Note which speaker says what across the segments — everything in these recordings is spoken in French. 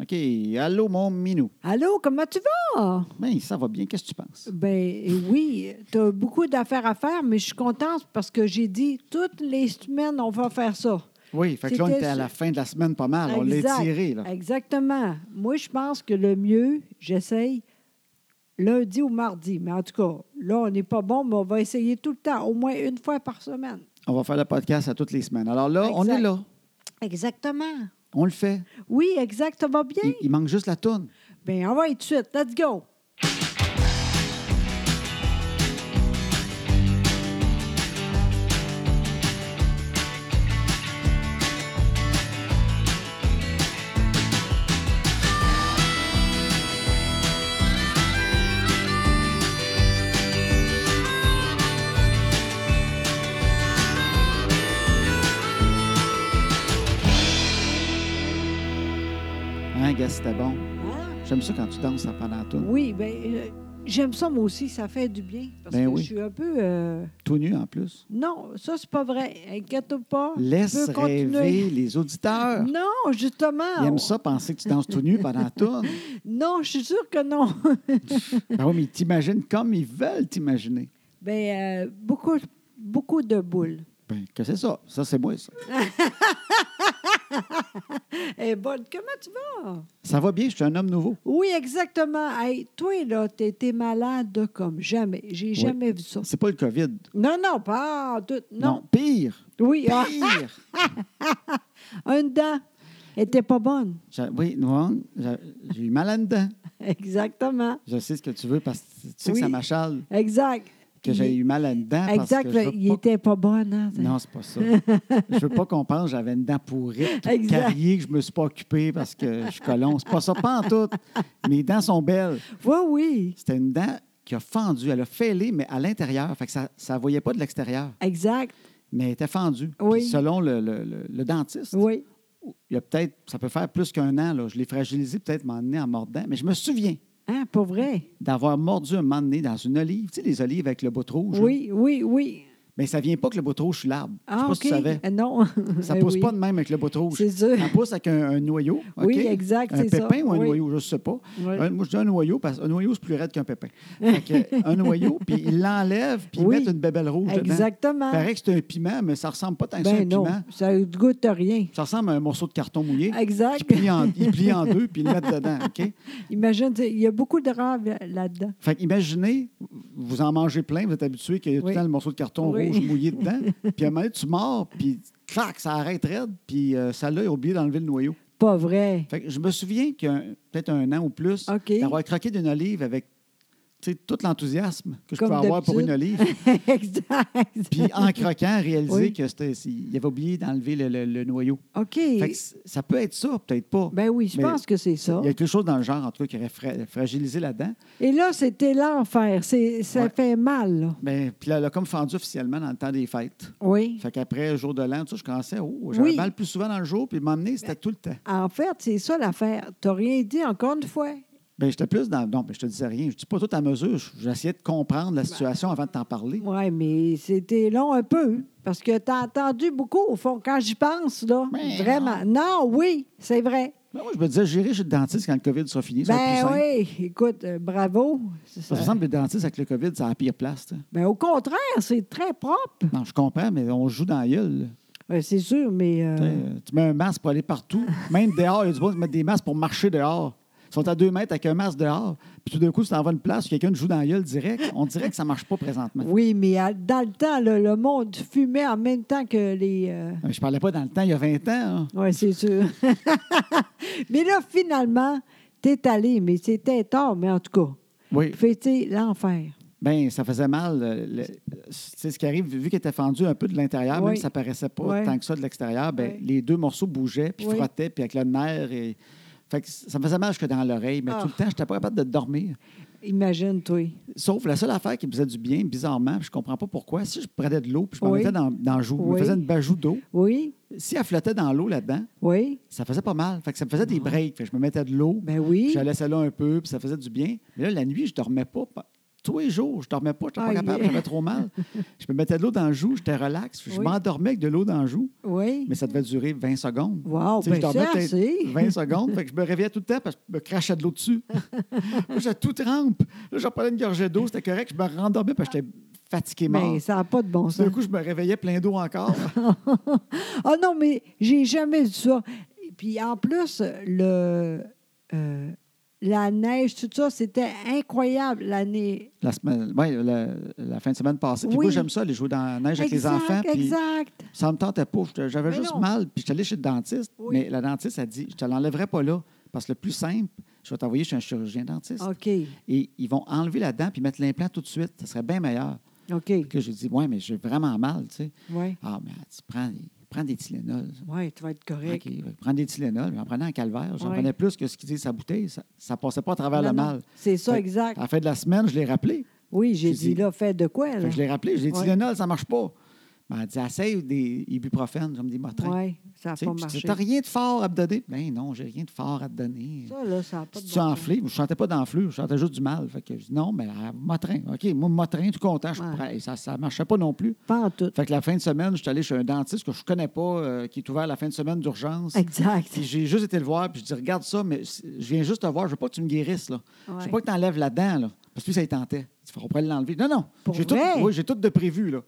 Speaker 1: OK. Allô, mon minou.
Speaker 2: Allô, comment tu vas?
Speaker 1: Ben, ça va bien. Qu'est-ce que tu penses?
Speaker 2: Ben oui, tu as beaucoup d'affaires à faire, mais je suis contente parce que j'ai dit toutes les semaines, on va faire ça.
Speaker 1: Oui, fait que là, on
Speaker 2: C'était
Speaker 1: était à la
Speaker 2: sur-
Speaker 1: fin de la semaine pas mal. On l'a
Speaker 2: Exact.
Speaker 1: tiré, là.
Speaker 2: Exactement. Moi, je pense que le mieux, j'essaye lundi ou mardi. Mais en tout cas, là, on n'est pas bon, mais on va essayer tout le temps, au moins une fois par semaine.
Speaker 1: On va faire le podcast à toutes les semaines. Alors là, on
Speaker 2: Exact.
Speaker 1: est là.
Speaker 2: Exactement.
Speaker 1: On le fait.
Speaker 2: Oui, exact, ça va bien.
Speaker 1: Il, il manque juste la toune.
Speaker 2: Bien, on va y tout de suite. Let's go.
Speaker 1: Hein, gars, c'était bon.
Speaker 2: Hein?
Speaker 1: J'aime ça quand tu danses pendant la toune.
Speaker 2: Oui, bien, euh, j'aime ça, moi aussi, ça fait du bien. Parce
Speaker 1: Ben
Speaker 2: que
Speaker 1: oui.
Speaker 2: je suis un peu. euh,
Speaker 1: Tout nu, en plus.
Speaker 2: Non, ça, c'est pas vrai. Inquiète-toi pas. Ah, tu
Speaker 1: Laisse
Speaker 2: peux continuer.
Speaker 1: rêver les auditeurs.
Speaker 2: Non, justement.
Speaker 1: Ils aiment ça, penser que tu danses tout nu pendant la toune.
Speaker 2: Non, je suis sûre que non.
Speaker 1: Ben oui, mais ils t'imaginent comme ils veulent t'imaginer.
Speaker 2: Bien, euh, beaucoup, beaucoup de boules.
Speaker 1: Ben, que c'est ça? Ça, c'est moi, ça.
Speaker 2: Eh, bonne, comment tu vas?
Speaker 1: Ça va bien, je suis un homme nouveau.
Speaker 2: Oui, exactement. Hey, toi, là, t'as été malade comme jamais. J'ai jamais vu ça.
Speaker 1: C'est pas le COVID.
Speaker 2: Non, non, pas en tout. Non.
Speaker 1: Pire.
Speaker 2: Oui, ah,
Speaker 1: Pire.
Speaker 2: une dent était pas bonne.
Speaker 1: J'a- Oui, non, j'a- j'ai eu mal à dedans.
Speaker 2: Exactement.
Speaker 1: Je sais ce que tu veux parce que tu sais
Speaker 2: Oui.
Speaker 1: que ça m'achale
Speaker 2: Exact.
Speaker 1: que j'ai
Speaker 2: Il-
Speaker 1: eu mal à dedans. Ah, parce
Speaker 2: Exact.
Speaker 1: que je veux
Speaker 2: il
Speaker 1: pas-
Speaker 2: était pas bonne. hein?
Speaker 1: Non, c'est pas ça. je veux pas qu'on pense que j'avais une dent pourrie, toute
Speaker 2: Exact.
Speaker 1: carriée, que je me suis pas occupé parce que je suis colon. C'est pas ça, pas en tout. Mes dents sont belles.
Speaker 2: Oui, oui.
Speaker 1: C'était une dent qui a fendu. Elle a fêlé, mais à l'intérieur. Fait que ça ne voyait pas de l'extérieur,
Speaker 2: Exact.
Speaker 1: mais elle était fendue. Puis
Speaker 2: Oui.
Speaker 1: selon le, le- le- le dentiste,
Speaker 2: Oui.
Speaker 1: il y a peut-être, ça peut faire plus qu'un an. là. Je l'ai fragilisé peut-être m'en en mordant, mais je me souviens
Speaker 2: Hein, pas vrai?
Speaker 1: d'avoir mordu un moment donné dans une olive. Tu sais, les olives avec le bout rouge. là?
Speaker 2: Oui, oui, oui.
Speaker 1: Mais ça vient pas que le bout rouge sur l'arbre. Je sais
Speaker 2: Ah,
Speaker 1: pas
Speaker 2: OK.
Speaker 1: si tu savais.
Speaker 2: Ah, Non.
Speaker 1: Ça
Speaker 2: Ben
Speaker 1: pousse
Speaker 2: oui.
Speaker 1: pas de même avec le bout rouge.
Speaker 2: C'est sûr.
Speaker 1: Ça pousse avec un, un noyau. OK?
Speaker 2: Oui, exact,
Speaker 1: Un
Speaker 2: c'est ça.
Speaker 1: pépin ou un
Speaker 2: Oui.
Speaker 1: noyau, je ne sais pas.
Speaker 2: Oui.
Speaker 1: Un- moi, je dis un noyau parce qu'un noyau, c'est plus raide qu'un pépin. Fait que, un noyau, puis ils l'enlèvent, puis ils
Speaker 2: Oui.
Speaker 1: mettent une bébelle rouge dedans.
Speaker 2: Exactement.
Speaker 1: Il paraît que c'est un piment, mais ça ressemble pas tant que ça à un
Speaker 2: Ben non,
Speaker 1: piment.
Speaker 2: ça ne goûte à rien.
Speaker 1: Ça ressemble à un morceau de carton mouillé.
Speaker 2: Exact.
Speaker 1: Ils plient en, ils plient en deux, puis ils le mettent dedans. OK?
Speaker 2: Imagine, il y a beaucoup de raves là- là-dedans.
Speaker 1: Fait qu'imaginez, vous en mangez plein, vous êtes habitué qu'il y a tout
Speaker 2: Oui.
Speaker 1: le temps le morceau de carton
Speaker 2: Oui.
Speaker 1: rouge mouillé dedans. Puis à un moment donné, tu mords, puis clac, ça arrête raide, puis euh, ça l'a oublié d'enlever le noyau.
Speaker 2: Pas vrai.
Speaker 1: Fait que je me souviens qu'il y a un- peut-être un an ou plus,
Speaker 2: OK.
Speaker 1: d'avoir croqué d'une olive avec tu sais, tout l'enthousiasme que je
Speaker 2: Comme
Speaker 1: peux avoir pour une olive.
Speaker 2: exact.
Speaker 1: Puis en croquant, réaliser
Speaker 2: Oui.
Speaker 1: que c'était- c'est- il avait oublié d'enlever le, le- le noyau.
Speaker 2: OK.
Speaker 1: Fait que c- ça peut être ça, peut-être pas.
Speaker 2: Ben oui, je
Speaker 1: Mais
Speaker 2: pense que c'est ça.
Speaker 1: Il y a quelque chose dans le genre, en tout cas, qui aurait fra- fragilisé là-dedans.
Speaker 2: Et là, c'était l'enfer. C'est- Ça
Speaker 1: Ouais.
Speaker 2: fait mal. là.
Speaker 1: Ben, puis là, elle a comme fendu officiellement dans le temps des fêtes.
Speaker 2: Oui.
Speaker 1: Fait qu'après, jour de l'an, tout ça, je commençais, oh, j'avais
Speaker 2: Oui. Ben
Speaker 1: mal plus souvent dans le jour, puis m'emmener, c'était tout le temps.
Speaker 2: En fait, c'est ça l'affaire. Tu n'as rien dit encore une fois.
Speaker 1: Ben, j'étais plus dans. Non, mais je te disais rien. Je dis pas tout à mesure. Je- J'essayais de comprendre
Speaker 2: Ben
Speaker 1: la situation avant de t'en parler.
Speaker 2: Oui, mais c'était long un peu. Parce que tu as entendu beaucoup, au fond, quand j'y pense, là.
Speaker 1: Ben
Speaker 2: vraiment. Non, oui, c'est vrai.
Speaker 1: Ben, moi, je me disais, j'irai chez le dentiste quand le COVID sera fini. ça va être plus
Speaker 2: Ben
Speaker 1: simple.
Speaker 2: oui, écoute, euh, bravo. C'est
Speaker 1: Ça me
Speaker 2: ça.
Speaker 1: semble que le dentiste avec le COVID, c'est la pire place. tu sais.
Speaker 2: Ben, au contraire, c'est très propre.
Speaker 1: Non, je comprends, mais on joue dans la gueule.
Speaker 2: Ouais, c'est sûr, mais. euh,
Speaker 1: là. Euh, Tu mets un masque pour aller partout. Même dehors, il y a du monde qui met des masques pour marcher dehors. Ils sont à deux mètres avec un masque dehors. Puis tout d'un coup, tu t'en vas à une place, quelqu'un te joue dans la gueule direct. On dirait que ça marche pas présentement.
Speaker 2: Oui, mais à- dans le temps, là, le monde fumait en même temps que les. euh,
Speaker 1: Je parlais pas dans le temps, il y a 20 ans. hein.
Speaker 2: Oui, c'est sûr. mais là, finalement, t'es allé, mais c'était tard, mais en tout cas.
Speaker 1: Oui.
Speaker 2: Fêter l'enfer.
Speaker 1: Bien, Ben, ça faisait mal. euh, le- C'est ce qui arrive, vu qu'elle était fendue un peu de l'intérieur, même
Speaker 2: Oui.
Speaker 1: si ça paraissait pas
Speaker 2: Oui.
Speaker 1: tant que ça de l'extérieur, ben,
Speaker 2: Oui.
Speaker 1: les deux morceaux bougeaient, puis
Speaker 2: Oui.
Speaker 1: frottaient, puis avec le nerf. Et... Fait que ça me faisait mal jusque dans l'oreille, mais
Speaker 2: Ah.
Speaker 1: tout le temps, je n'étais pas capable de dormir.
Speaker 2: Imagine-toi.
Speaker 1: Sauf la seule affaire qui me faisait du bien, bizarrement, puis je comprends pas pourquoi, si je prenais de l'eau, puis je m'en
Speaker 2: Oui.
Speaker 1: mettais dans, dans le joue, je me
Speaker 2: Oui.
Speaker 1: faisais une bajoue d'eau,
Speaker 2: Oui,
Speaker 1: si elle flottait dans l'eau là-dedans,
Speaker 2: oui,
Speaker 1: ça faisait pas mal. Fait que ça me faisait
Speaker 2: Ah.
Speaker 1: des breaks. Fait que je me mettais de l'eau,
Speaker 2: ben
Speaker 1: puis
Speaker 2: oui.
Speaker 1: je la laissais là un peu, puis ça faisait du bien. Mais là, la nuit, je dormais pas. tous les jours. Je dormais pas, je n'étais
Speaker 2: Aïe.
Speaker 1: pas capable, j'avais trop mal. Je me mettais de l'eau dans le joue, j'étais relax. Je
Speaker 2: Oui.
Speaker 1: m'endormais avec de l'eau dans le joue,
Speaker 2: Oui.
Speaker 1: mais ça devait durer 20 secondes.
Speaker 2: Wow,
Speaker 1: Tu sais, je
Speaker 2: ben c'est
Speaker 1: dormais
Speaker 2: assez.
Speaker 1: peut-être 20 secondes, fait que je me réveillais tout le temps parce que je me crachais de l'eau dessus. Là, J'étais tout trempe. Là, j'en prenais une gorgée d'eau, c'était correct. Je me rendormais parce que j'étais fatigué mort.
Speaker 2: Mais Ben, ça n'a pas de bon
Speaker 1: D'un
Speaker 2: sens.
Speaker 1: coup, je me réveillais plein d'eau encore.
Speaker 2: Ah non, mais j'ai jamais vu ça. Puis en plus, le, euh, la neige, tout ça, c'était incroyable l'année.
Speaker 1: la, semaine, ouais, la, la fin de semaine passée. Puis
Speaker 2: Oui.
Speaker 1: moi, j'aime ça, aller jouer dans la neige avec les
Speaker 2: Exact,
Speaker 1: enfants. Puis
Speaker 2: exact.
Speaker 1: ça me tentait pas. J'étais- J'avais
Speaker 2: Mais
Speaker 1: juste
Speaker 2: non.
Speaker 1: mal. Puis j'étais allé chez le dentiste.
Speaker 2: Oui.
Speaker 1: Mais la dentiste a dit Je te l'enlèverai pas là. Parce que le plus simple, je vais t'envoyer chez un chirurgien dentiste.
Speaker 2: OK,
Speaker 1: Et ils vont enlever la dent puis mettre l'implant tout de suite. Ça serait bien meilleur.
Speaker 2: OK.
Speaker 1: Que j'ai dit Ouais, mais j'ai vraiment mal. Tu sais.
Speaker 2: Oui,
Speaker 1: Ah, mais elle dit, prends, prends des Tylenol.
Speaker 2: ouais, tu vas être correct.
Speaker 1: OK, prends des Tylenol. J'en prenais en calvaire. J'en
Speaker 2: Ouais.
Speaker 1: prenais plus que ce qu'il dit sa bouteille. Ça, ça passait pas à travers le
Speaker 2: Non, non,
Speaker 1: mal.
Speaker 2: C'est ça,
Speaker 1: Fait-
Speaker 2: exact.
Speaker 1: À la fin de la semaine, je l'ai rappelé.
Speaker 2: Oui, j'ai
Speaker 1: j'ai
Speaker 2: dit,
Speaker 1: dit-
Speaker 2: là, fais de quoi,
Speaker 1: Fait
Speaker 2: là?
Speaker 1: que je l'ai rappelé, j'ai dit
Speaker 2: Ouais.
Speaker 1: Tylenol, ça marche pas. Ben, elle dit essaye des ibuprofène, comme des motrins.
Speaker 2: Oui, ça n'a
Speaker 1: Tu sais,
Speaker 2: pas
Speaker 1: puis je dis,
Speaker 2: marché.
Speaker 1: T'as rien de fort à me donner? Ben non, j'ai rien de fort à te donner.
Speaker 2: Ça, là, ça n'a pas
Speaker 1: Si
Speaker 2: de
Speaker 1: tu
Speaker 2: bon sens.
Speaker 1: enflé, je chantais pas d'enflure, je chantais juste du mal. Fait que je dis non, mais euh, motrin. OK, moi, motrin, tout content, je
Speaker 2: Ouais.
Speaker 1: prends. Et ça, ça marchait pas non plus.
Speaker 2: Pas en tout.
Speaker 1: Fait que la fin de semaine, je suis allé chez un dentiste que je connais pas, euh, qui est ouvert la fin de semaine d'urgence.
Speaker 2: Exact.
Speaker 1: Puis j'ai juste été le voir, puis je dis Regarde ça, mais c- je viens juste te voir, je veux pas que tu me guérisses. Là. Je
Speaker 2: Ouais.
Speaker 1: veux pas que tu enlèves la dent. Là. Parce que lui, ça il tentait. Il dit, on pourrait l'enlever. Non, non.
Speaker 2: Pour
Speaker 1: J'ai tout,
Speaker 2: vrai?
Speaker 1: oui, j'ai tout de prévu. là.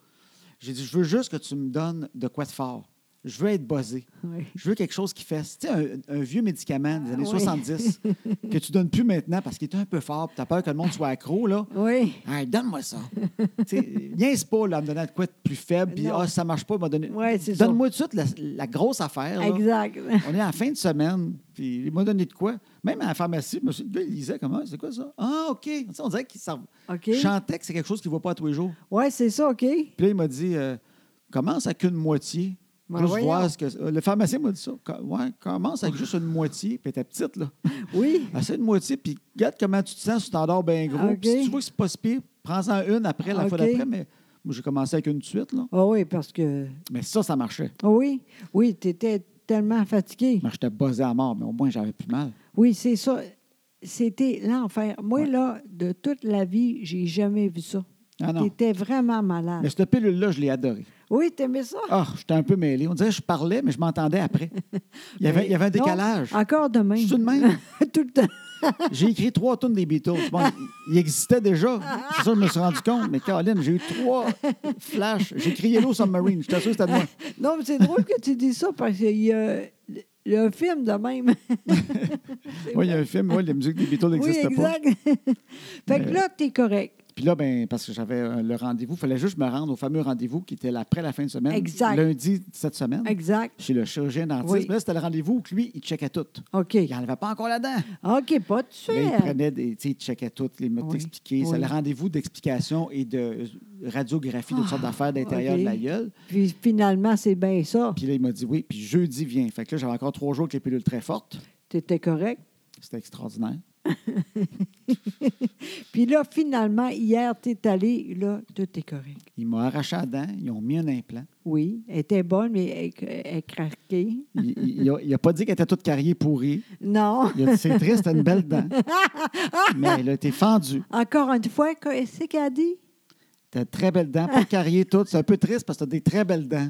Speaker 1: J'ai dit Je veux juste que tu me donnes de quoi de fort. Je veux être buzzé.
Speaker 2: Oui.
Speaker 1: Je veux quelque chose qui fasse. Tu sais, un, un vieux médicament des années
Speaker 2: Ah oui.
Speaker 1: 70 que tu donnes plus maintenant parce qu'il est un peu fort, tu as peur que le monde soit accro. là.
Speaker 2: Oui,
Speaker 1: Hey, donne-moi ça. Tu sais, niaise pas là, à me donner de quoi de plus faible, puis
Speaker 2: Non.
Speaker 1: ah, ça marche pas, il m'a donné.
Speaker 2: Ouais, c'est ça.
Speaker 1: Donne-moi tout de suite la, la grosse affaire. là.
Speaker 2: exact.
Speaker 1: On est à la fin de semaine, puis il m'a donné de quoi. Même à la pharmacie, je me suis dit, le gars, il lisait comment, c'est quoi ça? Ah, OK. Tu sais, on dirait qu'il s'en-
Speaker 2: OK.
Speaker 1: Je chantais que c'est quelque chose qu'il ne voit pas à tous les jours.
Speaker 2: Oui, c'est ça, OK.
Speaker 1: Puis là, il m'a dit, euh, commence avec une moitié.
Speaker 2: Ben
Speaker 1: juste
Speaker 2: voyons.
Speaker 1: voir ce que. Le pharmacien m'a dit ça. Com- Ouais, commence avec juste une moitié, puis t'es petite, là.
Speaker 2: Oui,
Speaker 1: Assez une moitié, puis regarde comment tu te sens si tu t'endors bien gros.
Speaker 2: Ah, OK.
Speaker 1: Puis si tu vois que c'est pas si pire, prends-en une après, la fois
Speaker 2: OK.
Speaker 1: d'après. Mais moi, j'ai commencé avec une de suite, là.
Speaker 2: ah oui, parce que...
Speaker 1: Mais ça, ça marchait.
Speaker 2: ah oui, oui, tu étais tellement fatigué.
Speaker 1: Moi, j'étais buzzé à mort, mais au moins, j'avais plus mal.
Speaker 2: Oui, c'est ça. C'était l'enfer. Moi,
Speaker 1: Ouais.
Speaker 2: là, de toute la vie, j'ai jamais vu ça.
Speaker 1: Ah non.
Speaker 2: T'étais vraiment malade.
Speaker 1: Mais cette pilule-là, je l'ai adorée.
Speaker 2: Oui, t'aimais ça?
Speaker 1: Ah, j'étais un peu mêlé. On dirait que je parlais, mais je m'entendais après. Il y avait, il y avait un
Speaker 2: Non,
Speaker 1: décalage.
Speaker 2: encore demain.
Speaker 1: Je suis de même.
Speaker 2: Tout le temps.
Speaker 1: J'ai écrit trois tonnes des Beatles. Bon, il existait déjà. C'est ça, je me suis rendu compte. Mais Caroline, j'ai eu trois flashs. J'ai écrit Yellow Submarine. Je t'assure, c'était de moi.
Speaker 2: Non, mais c'est drôle que tu dis ça parce qu'il y a, il y a un film de même.
Speaker 1: Oui, il y a un film. Oui, la musique des Beatles
Speaker 2: oui,
Speaker 1: n'existe pas.
Speaker 2: exact. fait que
Speaker 1: Mais-
Speaker 2: là, t'es correct.
Speaker 1: Puis là, ben, parce que j'avais euh, le rendez-vous, il fallait juste me rendre au fameux rendez-vous qui était là après la fin de semaine.
Speaker 2: Exact.
Speaker 1: Lundi de cette semaine.
Speaker 2: Exact.
Speaker 1: Chez le chirurgien dentiste.
Speaker 2: Oui.
Speaker 1: Mais là, c'était le rendez-vous où lui, il checkait tout.
Speaker 2: OK.
Speaker 1: Il n'enlevait pas encore la dent.
Speaker 2: OK, pas de
Speaker 1: Là, il
Speaker 2: suite.
Speaker 1: prenait des. Tu sais, il checkait tout, il m'a tout
Speaker 2: Oui,
Speaker 1: expliqué.
Speaker 2: oui.
Speaker 1: C'est le rendez-vous d'explication et de radiographie, toutes sortes d'affaires d'intérieur
Speaker 2: Ah, OK.
Speaker 1: de la gueule.
Speaker 2: Puis finalement, c'est bien ça.
Speaker 1: Puis là, il m'a dit oui, puis jeudi vient. Fait que là, j'avais encore trois jours avec les pilules très fortes.
Speaker 2: T'étais correct.
Speaker 1: C'était extraordinaire.
Speaker 2: Puis là, finalement, hier, t'es allé. Là, tout est correct.
Speaker 1: Ils m'ont arraché la dent, ils ont mis un implant.
Speaker 2: Oui, elle était bonne, mais elle, elle craquait.
Speaker 1: Il, il- il a, il a pas dit qu'elle était toute carriée pourrie.
Speaker 2: Non.
Speaker 1: Il a dit c'est triste, t'as une belle dent. Mais elle a été fendue.
Speaker 2: Encore une fois, qu'est-ce qu'elle a dit?
Speaker 1: T'as une très belle dent, pas carriée toute. C'est un peu triste parce que t'as des très belles dents.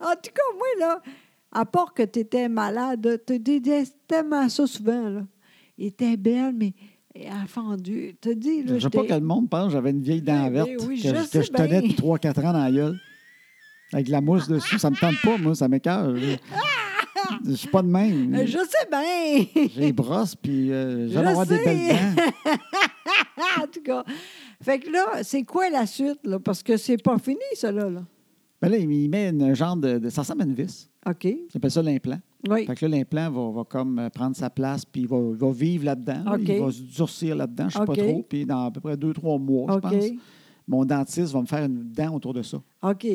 Speaker 2: En tout cas, moi, là, à part que tu étais malade, tu disais tellement ça souvent, là. Elle était belle, mais elle a fendu. Tu dis,
Speaker 1: Je
Speaker 2: là,
Speaker 1: veux pas que
Speaker 2: j'étais...
Speaker 1: le monde pense que j'avais une vieille
Speaker 2: Eh
Speaker 1: dent
Speaker 2: bien
Speaker 1: verte
Speaker 2: oui,
Speaker 1: que,
Speaker 2: je
Speaker 1: je- que
Speaker 2: sais
Speaker 1: je tenais
Speaker 2: bien.
Speaker 1: depuis 3-4 ans dans la gueule. Avec de la mousse dessus, ça me tente pas, moi, ça m'écœure. Je, je suis pas de même.
Speaker 2: Je sais bien!
Speaker 1: J'ai les brosses, puis euh,
Speaker 2: Je
Speaker 1: j'allais avoir des
Speaker 2: sais.
Speaker 1: belles dents.
Speaker 2: en tout cas. Fait que là, c'est quoi la suite, là? Parce que c'est pas fini, ça, là. là.
Speaker 1: Ben là, il met une genre de, de- Ça ressemble à une vis.
Speaker 2: OK.
Speaker 1: Ça s'appelle ça l'implant.
Speaker 2: Oui.
Speaker 1: Fait que là, l'implant va, va comme euh, prendre sa place, puis il va, il va vivre là-dedans. là.
Speaker 2: OK.
Speaker 1: Il va se durcir là-dedans, je ne sais
Speaker 2: OK.
Speaker 1: pas trop. Puis dans à peu près deux, trois mois,
Speaker 2: OK.
Speaker 1: je pense, mon dentiste va me faire une dent autour de ça,
Speaker 2: OK.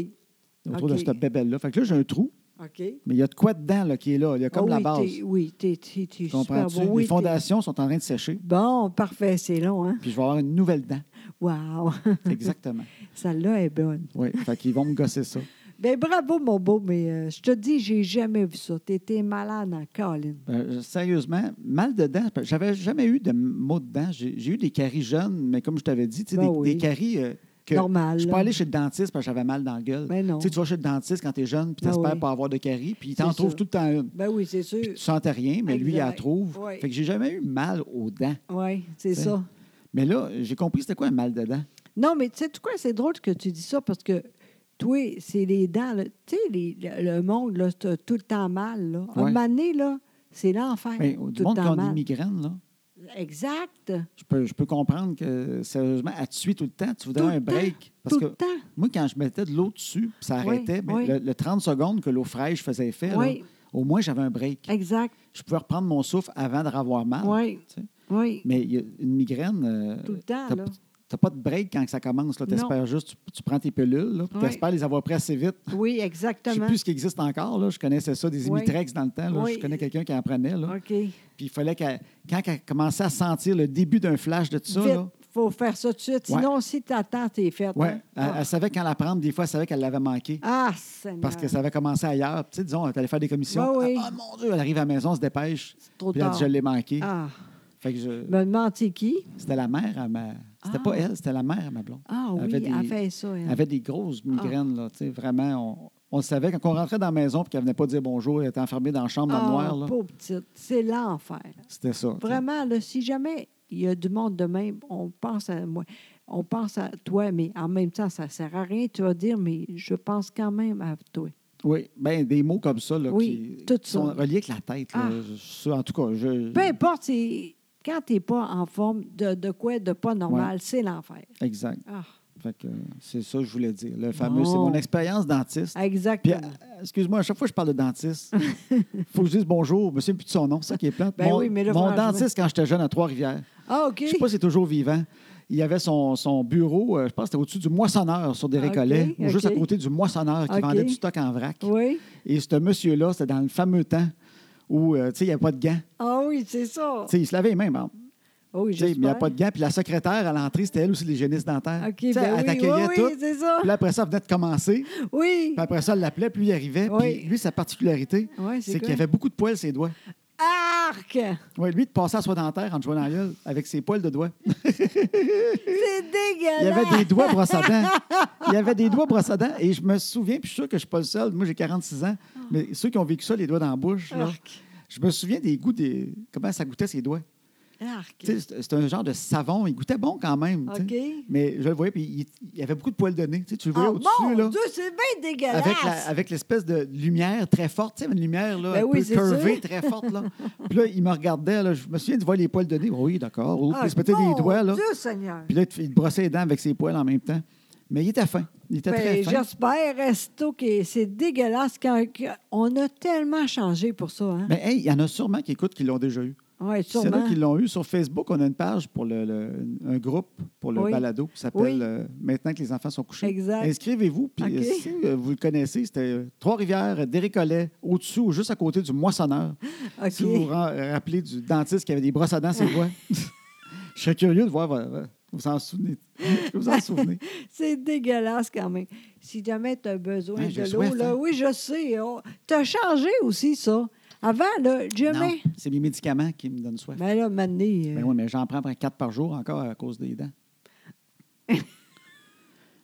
Speaker 1: autour
Speaker 2: OK.
Speaker 1: de cette bébelle-là. Fait que là, j'ai un trou,
Speaker 2: OK.
Speaker 1: mais il y a de quoi dedans là, qui est là. Il y a comme la
Speaker 2: Ah oui,
Speaker 1: base.
Speaker 2: t'es- Oui, t'es, t'es- t'es super
Speaker 1: Comprends-tu?
Speaker 2: bon. Oui,
Speaker 1: Les
Speaker 2: t'es-
Speaker 1: fondations sont en train de sécher,
Speaker 2: Bon, parfait, c'est long, hein?
Speaker 1: puis je vais avoir une nouvelle dent.
Speaker 2: Wow!
Speaker 1: Exactement.
Speaker 2: Celle-là est bonne.
Speaker 1: Oui, fait qu'ils vont me gosser ça.
Speaker 2: Ben, bravo, mon beau, mais euh, je te dis, j'ai jamais vu ça. T'étais malade en colline.
Speaker 1: Euh, sérieusement, mal de dents. parce que J'avais jamais eu de maux de dents. J'ai j'ai eu des caries jeunes, mais comme je t'avais dit, tu sais,
Speaker 2: Ben
Speaker 1: des,
Speaker 2: oui.
Speaker 1: des caries euh, que
Speaker 2: Normal,
Speaker 1: je suis
Speaker 2: là.
Speaker 1: pas allé chez le dentiste parce que j'avais mal dans la gueule.
Speaker 2: Ben non.
Speaker 1: Tu sais, tu vas chez le dentiste quand tu es jeune, puis tu
Speaker 2: Ben
Speaker 1: espères
Speaker 2: oui.
Speaker 1: pas avoir de caries, puis il
Speaker 2: C'est
Speaker 1: t'en trouve
Speaker 2: ça.
Speaker 1: tout le temps une.
Speaker 2: Ben oui, c'est sûr.
Speaker 1: Tu sentais rien, mais lui, il la
Speaker 2: Exact.
Speaker 1: trouve.
Speaker 2: Oui.
Speaker 1: Fait que j'ai jamais eu mal aux dents.
Speaker 2: Oui, c'est
Speaker 1: sais.
Speaker 2: ça.
Speaker 1: Mais là, j'ai compris c'était quoi un mal de dents.
Speaker 2: Non, mais tu sais, tout quoi, c'est drôle que tu dis ça parce que, toi, c'est les dents. là. Tu sais, les- le, le monde, là, t'as tout le temps mal. Là. À un
Speaker 1: Ouais.
Speaker 2: moment donné, là, c'est l'enfer.
Speaker 1: Mais,
Speaker 2: Tout
Speaker 1: Ben, du monde
Speaker 2: le
Speaker 1: qui a
Speaker 2: temps
Speaker 1: des
Speaker 2: mal.
Speaker 1: migraines, là,
Speaker 2: Exact.
Speaker 1: je peux, je peux comprendre que, sérieusement, à te suer tout le temps, tu
Speaker 2: Tout
Speaker 1: voudrais un
Speaker 2: le temps,
Speaker 1: break. Parce
Speaker 2: tout
Speaker 1: que
Speaker 2: le temps.
Speaker 1: moi, quand je mettais de l'eau dessus, puis ça
Speaker 2: Oui,
Speaker 1: arrêtait, mais
Speaker 2: oui.
Speaker 1: le, le 30 secondes que l'eau fraîche faisait effet, là,
Speaker 2: Oui.
Speaker 1: au moins, j'avais un break.
Speaker 2: Exact.
Speaker 1: Je pouvais reprendre mon souffle avant de avoir mal.
Speaker 2: Oui.
Speaker 1: tu sais.
Speaker 2: Oui.
Speaker 1: Mais il y a une migraine, euh,
Speaker 2: Tout le temps,
Speaker 1: t'as-
Speaker 2: là.
Speaker 1: t'as pas de break quand que ça commence. Tu
Speaker 2: Non.
Speaker 1: espères juste, tu, tu prends tes pilules, là, puis
Speaker 2: Oui.
Speaker 1: t'espères les avoir pris assez vite.
Speaker 2: Oui,
Speaker 1: Je ne sais
Speaker 2: exactement.
Speaker 1: plus ce qui existe encore. Là. Je connaissais ça, des
Speaker 2: Oui.
Speaker 1: Imitrex dans le temps. là.
Speaker 2: Oui.
Speaker 1: Je connais quelqu'un qui en prenait. Là.
Speaker 2: OK.
Speaker 1: Puis il fallait qu'elle, quand elle commençait à sentir le début d'un flash de tout ça,
Speaker 2: Vite,
Speaker 1: là,
Speaker 2: faut faire ça tout de suite.
Speaker 1: Ouais.
Speaker 2: Sinon, si t'attends, t'es faite.
Speaker 1: ouais,
Speaker 2: hein?
Speaker 1: elle, elle savait quand la prendre. Des fois, elle savait qu'elle l'avait manqué
Speaker 2: Ah, Seigneur.
Speaker 1: parce que ça avait commencé ailleurs. Puis, Tu sais, disons, elle allait faire des commissions.
Speaker 2: Ben oui.
Speaker 1: Ah, ah, mon Dieu, elle arrive à la maison, elle se dépêche.
Speaker 2: C'est trop
Speaker 1: Puis elle dit,
Speaker 2: tard.
Speaker 1: je l'ai manqué.
Speaker 2: Ah,
Speaker 1: Fait que je-
Speaker 2: me demande c'est qui?
Speaker 1: C'était la mère à ma... C'était
Speaker 2: Ah.
Speaker 1: pas elle, c'était la mère à ma blonde.
Speaker 2: Ah
Speaker 1: Elle
Speaker 2: oui,
Speaker 1: avait des-
Speaker 2: elle fait Ah. ça, elle.
Speaker 1: Elle avait des grosses migraines, là, tu sais, vraiment. On, on le savait, quand on rentrait dans la maison et qu'elle venait pas dire bonjour, elle était enfermée dans la chambre dans
Speaker 2: Ah,
Speaker 1: le noir, là,
Speaker 2: pauvre petite, c'est l'enfer.
Speaker 1: c'était ça. tu sais.
Speaker 2: Vraiment, là, si jamais il y a du monde de même, on pense à moi, on pense à toi, mais en même temps, ça ne sert à rien, tu vas dire, mais je pense quand même à toi.
Speaker 1: Oui, ben, des mots comme ça là,
Speaker 2: Oui,
Speaker 1: qui,
Speaker 2: tout
Speaker 1: qui sont
Speaker 2: ça.
Speaker 1: reliés avec la tête. là.
Speaker 2: Ah. Ben.
Speaker 1: Je- je- en tout cas, je,
Speaker 2: Peu importe, c'est- quand tu n'es pas en forme de, de quoi de pas normal, c'est l'enfer.
Speaker 1: exact.
Speaker 2: Ah,
Speaker 1: Fait que, euh, c'est ça que je voulais dire. Le fameux,
Speaker 2: Bon.
Speaker 1: c'est mon expérience dentiste. Puis,
Speaker 2: Ah, exactement.
Speaker 1: euh, excuse-moi, à chaque fois que je parle de dentiste, il faut que je dise bonjour. Monsieur, plus de son nom, c'est ça qui est plate.
Speaker 2: Ben
Speaker 1: mon
Speaker 2: oui, mais là,
Speaker 1: mon
Speaker 2: franchement-
Speaker 1: dentiste, quand j'étais jeune à Trois-Rivières,
Speaker 2: Ah, OK.
Speaker 1: je ne sais pas si c'est toujours vivant. Il avait son, son bureau, euh, je pense que c'était au-dessus du moissonneur sur des
Speaker 2: Ah, Ok,
Speaker 1: récollets, ou juste à
Speaker 2: ok.
Speaker 1: côté du moissonneur qui
Speaker 2: Ok.
Speaker 1: vendait du stock en vrac.
Speaker 2: Oui.
Speaker 1: Et ce monsieur-là, c'était dans le fameux temps où euh, tu sais, il n'y avait pas de gants.
Speaker 2: Ah oui, c'est ça.
Speaker 1: Tu sais, il se lavait les mains, bon.
Speaker 2: Oui,
Speaker 1: Tu sais, mais il n'y a
Speaker 2: j'espère.
Speaker 1: pas de gants. Puis la secrétaire à l'entrée, c'était elle aussi l'hygiéniste dentaire.
Speaker 2: OK,
Speaker 1: Tu sais,
Speaker 2: ben
Speaker 1: elle
Speaker 2: oui,
Speaker 1: t'accueillait
Speaker 2: oui,
Speaker 1: tout.
Speaker 2: oui, c'est ça.
Speaker 1: Puis là, après ça, elle venait de commencer. Puis
Speaker 2: Oui.
Speaker 1: après ça, elle l'appelait, puis lui, il arrivait.
Speaker 2: Oui.
Speaker 1: Puis lui, sa particularité,
Speaker 2: Ouais, c'est
Speaker 1: c'est qu'il
Speaker 2: quoi?
Speaker 1: avait beaucoup de poils ses doigts.
Speaker 2: Arc!
Speaker 1: Ouais, lui, il te passait à soi dentaire en te jouant dans la gueule avec ses poils de doigts.
Speaker 2: C'est dégueulasse!
Speaker 1: Il avait des doigts brosse à dents. Il avait des doigts brosse à dents. Et je me souviens, puis je suis sûr que je ne suis pas le seul. Moi, j'ai 46 ans. Mais ceux qui ont vécu ça, les doigts dans la bouche, là,
Speaker 2: Arc!
Speaker 1: je me souviens des goûts, des... comment ça goûtait ses doigts.
Speaker 2: Arc!
Speaker 1: Tu sais, C'est c'est un genre de savon. Il goûtait bon quand même. tu sais.
Speaker 2: OK.
Speaker 1: Mais je le voyais, puis il, il avait beaucoup de poils de nez. Tu, sais, tu le voyais
Speaker 2: Ah,
Speaker 1: au-dessus, là.
Speaker 2: mon Dieu, c'est bien dégueulasse!
Speaker 1: Avec, la- avec l'espèce de lumière très forte, tu sais, une lumière là, un
Speaker 2: Ben oui,
Speaker 1: peu
Speaker 2: c'est
Speaker 1: curvée,
Speaker 2: sûr.
Speaker 1: très forte. Là. Puis là, il me regardait, là, je me souviens de voir les poils de nez. Oui, d'accord. Oh, puis
Speaker 2: Ah,
Speaker 1: il se mettait
Speaker 2: mon
Speaker 1: des doigts. Là.
Speaker 2: Dieu, Seigneur!
Speaker 1: Puis là, il te- il te brossait les dents avec ses poils en même temps. Mais il était fin. Il était
Speaker 2: Ben,
Speaker 1: très fin.
Speaker 2: J'espère, resto, que c'est dégueulasse. Quand, quand- on a tellement changé pour ça. Hein?
Speaker 1: Mais hey, il y en a sûrement qui écoutent qui l'ont déjà eu.
Speaker 2: oui,
Speaker 1: Ben, C'est là
Speaker 2: sûrement.
Speaker 1: qu'ils l'ont eu. Sur Facebook, on a une page pour le, le- un groupe pour le
Speaker 2: Oui.
Speaker 1: balado qui s'appelle
Speaker 2: Oui.
Speaker 1: euh, Maintenant que les enfants sont couchés.
Speaker 2: Exact.
Speaker 1: Inscrivez-vous. Puis
Speaker 2: OK.
Speaker 1: euh, si euh, vous le connaissez, c'était euh, Trois-Rivières, euh, Desrécollets, au-dessus ou juste à côté du moissonneur.
Speaker 2: OK.
Speaker 1: Si vous vous ra- rappelez euh, du dentiste qui avait des brosses à dents, c'est quoi? Je serais curieux de voir. euh, euh, Vous en souvenez? Vous en souvenez?
Speaker 2: C'est dégueulasse quand même. Si jamais tu as besoin
Speaker 1: Ouais, j'ai
Speaker 2: de
Speaker 1: soif,
Speaker 2: l'eau, là,
Speaker 1: hein.
Speaker 2: oui, je sais. Tu as changé aussi ça. Avant, là,
Speaker 1: Non,
Speaker 2: jamais.
Speaker 1: c'est mes médicaments qui me donnent soif.
Speaker 2: Mais là, maintenant, euh,
Speaker 1: Ben oui, mais j'en prends près quatre par jour encore à cause des dents.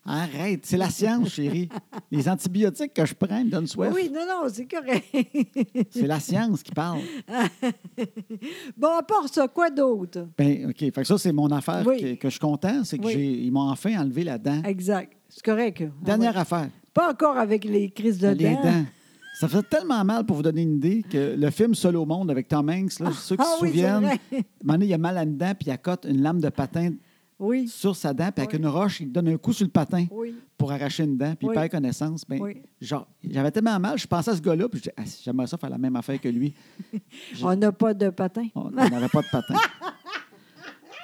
Speaker 1: Arrête, c'est la science, chérie. Les antibiotiques que je prends ils me donnent soif.
Speaker 2: Oui, non, non, c'est correct.
Speaker 1: C'est la science qui parle.
Speaker 2: bon, à part ça, quoi d'autre?
Speaker 1: Ben, OK. Fait que ça, c'est mon affaire
Speaker 2: Oui.
Speaker 1: que, que je suis content. C'est
Speaker 2: Oui.
Speaker 1: qu'ils m'ont enfin enlevé la dent.
Speaker 2: Exact. C'est correct. Ah
Speaker 1: Dernière
Speaker 2: ouais.
Speaker 1: affaire,
Speaker 2: Pas encore avec les crises de
Speaker 1: les
Speaker 2: dents.
Speaker 1: dents. Ça faisait tellement mal pour vous donner une idée que le film Seul au monde avec Tom Hanks, là, ceux qui
Speaker 2: ah
Speaker 1: se
Speaker 2: oui, c'est
Speaker 1: souviennent,
Speaker 2: vrai.
Speaker 1: un moment donné, il a mal à une dent, puis il accote une lame de patin
Speaker 2: Oui,
Speaker 1: sur sa dent, puis avec
Speaker 2: Oui.
Speaker 1: une roche, il donne un coup sur le patin.
Speaker 2: oui.
Speaker 1: pour arracher une dent, puis
Speaker 2: Oui.
Speaker 1: il perd connaissance. Ben,
Speaker 2: Oui.
Speaker 1: genre, j'avais tellement mal, je pensais à ce gars-là, puis je dis, Ah, si j'aimerais ça faire la même affaire que lui. Je-
Speaker 2: On n'a pas de patin.
Speaker 1: On on n'avait pas de patin.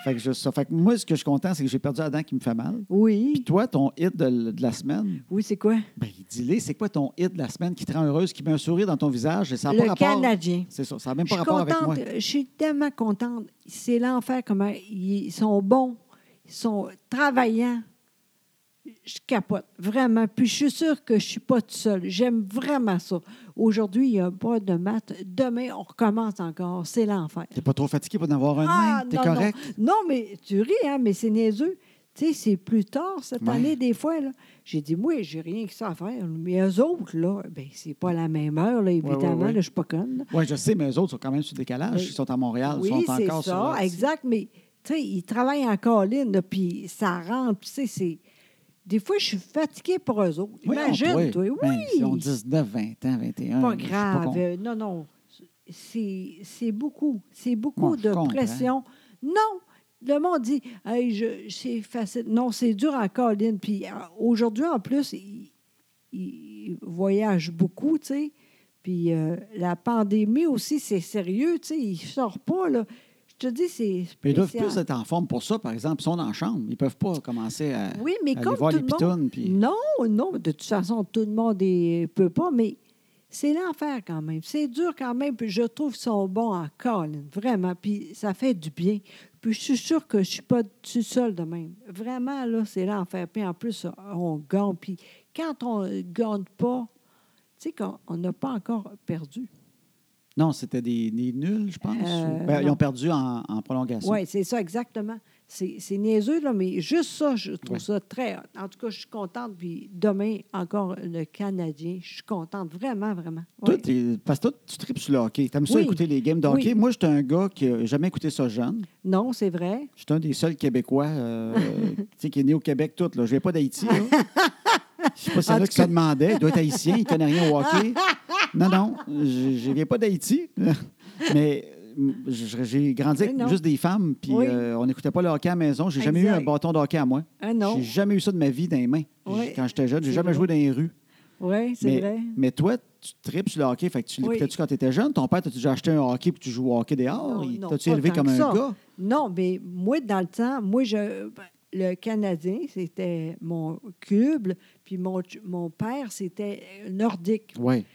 Speaker 1: fait que juste ça. Fait que moi, ce que je suis content, c'est que j'ai perdu la dent qui me fait mal.
Speaker 2: Oui.
Speaker 1: Puis toi, ton hit de, l- de la semaine,
Speaker 2: Oui, c'est quoi?
Speaker 1: ben, dis-le, c'est quoi ton hit de la semaine qui te rend heureuse, qui met un sourire dans ton visage? Et ça a
Speaker 2: Le
Speaker 1: pas rapport-
Speaker 2: Canadien.
Speaker 1: C'est ça, ça n'a même
Speaker 2: Je
Speaker 1: pas
Speaker 2: suis
Speaker 1: rapport avec moi.
Speaker 2: contente. Je suis tellement contente. C'est l'enfer comment ils sont bons, ils sont travaillants. je capote, vraiment. Puis je suis sûre que je suis pas toute seule. J'aime vraiment ça. Aujourd'hui, il n'y a pas de maths. Demain, on recommence encore. C'est l'enfer.
Speaker 1: T'es pas trop fatigué pour en avoir un
Speaker 2: Ah,
Speaker 1: demain? T'es
Speaker 2: non,
Speaker 1: correct?
Speaker 2: Non, mais tu ris, hein, mais c'est niaiseux. Tu sais, c'est plus tard cette
Speaker 1: Ouais.
Speaker 2: année, des fois. là. J'ai dit, moi, j'ai rien que ça à faire. Mais eux autres, là, ben, c'est pas la même heure, là,
Speaker 1: ouais,
Speaker 2: évidemment.
Speaker 1: ouais.
Speaker 2: là, je suis pas conne. là.
Speaker 1: Oui, je sais, mais eux autres sont quand même sur le décalage.
Speaker 2: Oui.
Speaker 1: Ils sont à Montréal.
Speaker 2: Oui,
Speaker 1: ils sont
Speaker 2: c'est
Speaker 1: encore sur
Speaker 2: ça,
Speaker 1: leur-
Speaker 2: exact. Mais, tu sais, ils travaillent en colline, là, puis ça rentre. puis Tu sais, c'est. Des fois, je suis fatiguée pour eux autres.
Speaker 1: Voyons,
Speaker 2: Imagine, toi. Oui!
Speaker 1: Ben, ils ont 19, 20 ans, 21.
Speaker 2: pas
Speaker 1: Hum, je suis pas
Speaker 2: grave.
Speaker 1: con.
Speaker 2: euh, non, non. C'est c'est beaucoup. C'est beaucoup
Speaker 1: Moi, je hein.
Speaker 2: de
Speaker 1: comprends.
Speaker 2: pression. Non! Le monde dit Hey, je- c'est facile. Non, c'est dur en colline. Puis euh, aujourd'hui, en plus, ils ils voyagent beaucoup, tu sais. Puis euh, la pandémie aussi, c'est sérieux, tu sais. Ils ne sortent pas, là. Je te dis, c'est.
Speaker 1: Mais ils doivent
Speaker 2: spécial.
Speaker 1: plus être en forme pour ça, par exemple. Ils sont en chambre. Ils peuvent pas commencer à
Speaker 2: Oui, mais
Speaker 1: aller
Speaker 2: comme
Speaker 1: voir
Speaker 2: tout
Speaker 1: les
Speaker 2: le
Speaker 1: pitounes.
Speaker 2: monde.
Speaker 1: Puis...
Speaker 2: Non, non, de toute façon, tout le monde ne peut pas, mais c'est l'enfer quand même. C'est dur quand même, puis je trouve qu'ils sont bons en colline, vraiment, puis ça fait du bien. Puis je suis sûre que je ne suis pas tout seule de même. Vraiment, là, c'est l'enfer. Puis en plus, on gagne, puis quand on ne gagne pas, tu sais qu'on on n'a pas encore perdu.
Speaker 1: Non, c'était des, des nuls, je pense.
Speaker 2: Euh,
Speaker 1: Ben, ils
Speaker 2: non.
Speaker 1: ont perdu en, en prolongation.
Speaker 2: Oui, c'est ça, exactement. C'est c'est niaiseux, là, mais juste ça, je trouve
Speaker 1: Ouais.
Speaker 2: ça très. hot. En tout cas, je suis contente. Puis demain, encore le Canadien. Je suis contente, vraiment, vraiment.
Speaker 1: Toi,
Speaker 2: Ouais.
Speaker 1: t'es- parce que toi, tu tripes sur le hockey. T'aimes ça
Speaker 2: Oui.
Speaker 1: écouter les games de
Speaker 2: Oui.
Speaker 1: hockey. Moi, j'étais un gars qui n'a jamais écouté ça jeune.
Speaker 2: Non, c'est vrai.
Speaker 1: J'étais un des seuls Québécois euh, tu sais, qui est né au Québec tout. Là. Je viens pas d'Haïti. là. Je sais pas si c'est
Speaker 2: En
Speaker 1: là
Speaker 2: tout
Speaker 1: qui se demandait. Il doit être haïtien, il connaît rien au hockey. Non, non, je je viens pas d'Haïti. Mais euh, je- j'ai grandi avec
Speaker 2: Mais non.
Speaker 1: juste des femmes, puis
Speaker 2: Oui.
Speaker 1: euh, on n'écoutait pas le hockey à la maison. J'ai jamais eu
Speaker 2: Exact.
Speaker 1: un bâton de hockey à moi.
Speaker 2: Ah non.
Speaker 1: J'ai jamais eu ça de ma vie dans les mains.
Speaker 2: Oui.
Speaker 1: Quand j'étais jeune, j'ai
Speaker 2: C'est
Speaker 1: jamais
Speaker 2: vrai.
Speaker 1: joué dans les rues.
Speaker 2: Oui, c'est
Speaker 1: Mais,
Speaker 2: vrai.
Speaker 1: mais toi, tu tripes sur le hockey. Fait que tu
Speaker 2: Oui.
Speaker 1: l'écoutais-tu quand tu étais jeune? Ton père, t'as-tu déjà acheté un hockey puis tu joues au hockey dehors?
Speaker 2: Non,
Speaker 1: Il-
Speaker 2: non,
Speaker 1: T'as-tu
Speaker 2: pas
Speaker 1: élevé
Speaker 2: tant
Speaker 1: comme
Speaker 2: que
Speaker 1: un
Speaker 2: ça.
Speaker 1: gars?
Speaker 2: Non, mais moi, dans le temps, moi, je, ben, le Canadien, c'était mon cube, puis mon, ch- mon père, c'était nordique.
Speaker 1: Oui.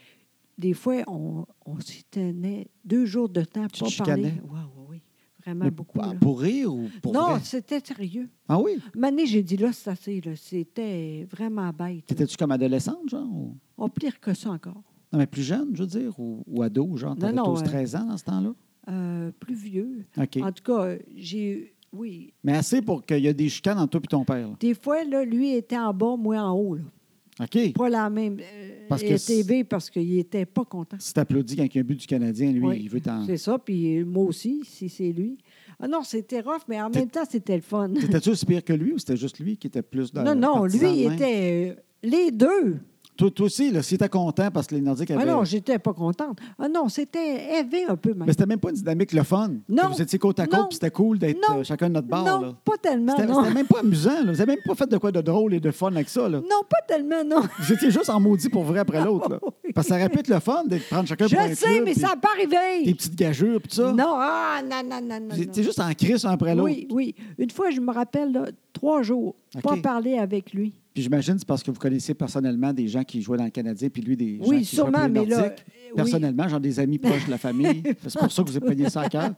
Speaker 2: Des fois, on, on s'y tenait deux jours de temps
Speaker 1: Tu
Speaker 2: pour
Speaker 1: te
Speaker 2: parler.
Speaker 1: chicanais?
Speaker 2: Oui, oui, oui. Vraiment beaucoup. là.
Speaker 1: pour rire ou pour
Speaker 2: non,
Speaker 1: vrai?
Speaker 2: c'était sérieux.
Speaker 1: Ah oui?
Speaker 2: Mané, j'ai dit là, c'est assez, là. C'était vraiment bête. là.
Speaker 1: T'étais-tu comme adolescente, genre? ou-
Speaker 2: On pire que ça encore.
Speaker 1: Non, mais plus jeune, je veux dire, ou, ou ado, genre?
Speaker 2: Non,
Speaker 1: T'avais
Speaker 2: non,
Speaker 1: 12,
Speaker 2: euh,
Speaker 1: 13 ans dans ce temps-là?
Speaker 2: Euh, plus vieux.
Speaker 1: OK.
Speaker 2: En tout cas, j'ai. Oui.
Speaker 1: Mais assez pour qu'il y ait des chicanes entre toi et ton père. là.
Speaker 2: Des fois, là, lui était en bas, moi en haut. là.
Speaker 1: OK.
Speaker 2: Pas la même euh,
Speaker 1: Parce que
Speaker 2: TV parce qu'il était pas content.
Speaker 1: Si t'applaudis quand il y a un but du Canadien, lui,
Speaker 2: Oui,
Speaker 1: il veut t'en...
Speaker 2: C'est ça, puis euh, moi aussi, si c'est lui. Ah non, c'était rough, mais en
Speaker 1: T'es-
Speaker 2: même temps, c'était le fun.
Speaker 1: T'étais-tu aussi pire que lui ou c'était juste lui qui était plus dans
Speaker 2: Non,
Speaker 1: le
Speaker 2: non, lui,
Speaker 1: partisan de
Speaker 2: il
Speaker 1: même?
Speaker 2: était. euh, les deux.
Speaker 1: Toi, toi aussi, là, si t'es content parce que les Nordiques
Speaker 2: Ah
Speaker 1: avaient...
Speaker 2: non, j'étais pas contente. Ah non, c'était élevé un peu, même.
Speaker 1: Mais c'était même pas une dynamique le fun.
Speaker 2: Non.
Speaker 1: Vous étiez côte à
Speaker 2: Non.
Speaker 1: côte, puis c'était cool d'être
Speaker 2: Non.
Speaker 1: euh, chacun de notre bord.
Speaker 2: non,
Speaker 1: là.
Speaker 2: pas tellement,
Speaker 1: C'était
Speaker 2: non.
Speaker 1: c'était même pas amusant. là. Vous avez même pas fait de quoi de drôle et de fun avec ça. Là.
Speaker 2: Non, pas tellement, non.
Speaker 1: Vous étiez juste en maudit pour vrai après l'autre. là. Parce que ça aurait pu être le fun de prendre chacun pour
Speaker 2: Je
Speaker 1: un
Speaker 2: sais,
Speaker 1: club,
Speaker 2: mais
Speaker 1: puis
Speaker 2: ça n'a pas
Speaker 1: Des
Speaker 2: arrivé.
Speaker 1: petites gageures, puis tout ça.
Speaker 2: Non, ah, non, non, non, non.
Speaker 1: Vous étiez
Speaker 2: non.
Speaker 1: juste en crise un après l'autre.
Speaker 2: Oui, oui. Une fois, je me rappelle, là, trois jours,
Speaker 1: OK.
Speaker 2: pas parler avec lui.
Speaker 1: Puis j'imagine c'est parce que vous connaissez personnellement des gens qui jouaient dans le Canadien, puis lui des gens
Speaker 2: Oui,
Speaker 1: qui jouaient
Speaker 2: sûrement,
Speaker 1: pour les
Speaker 2: mais là,
Speaker 1: Nordiques.
Speaker 2: euh, oui.
Speaker 1: Personnellement, genre des amis proches de la famille. C'est pour ça que vous avez payé ça à cœur.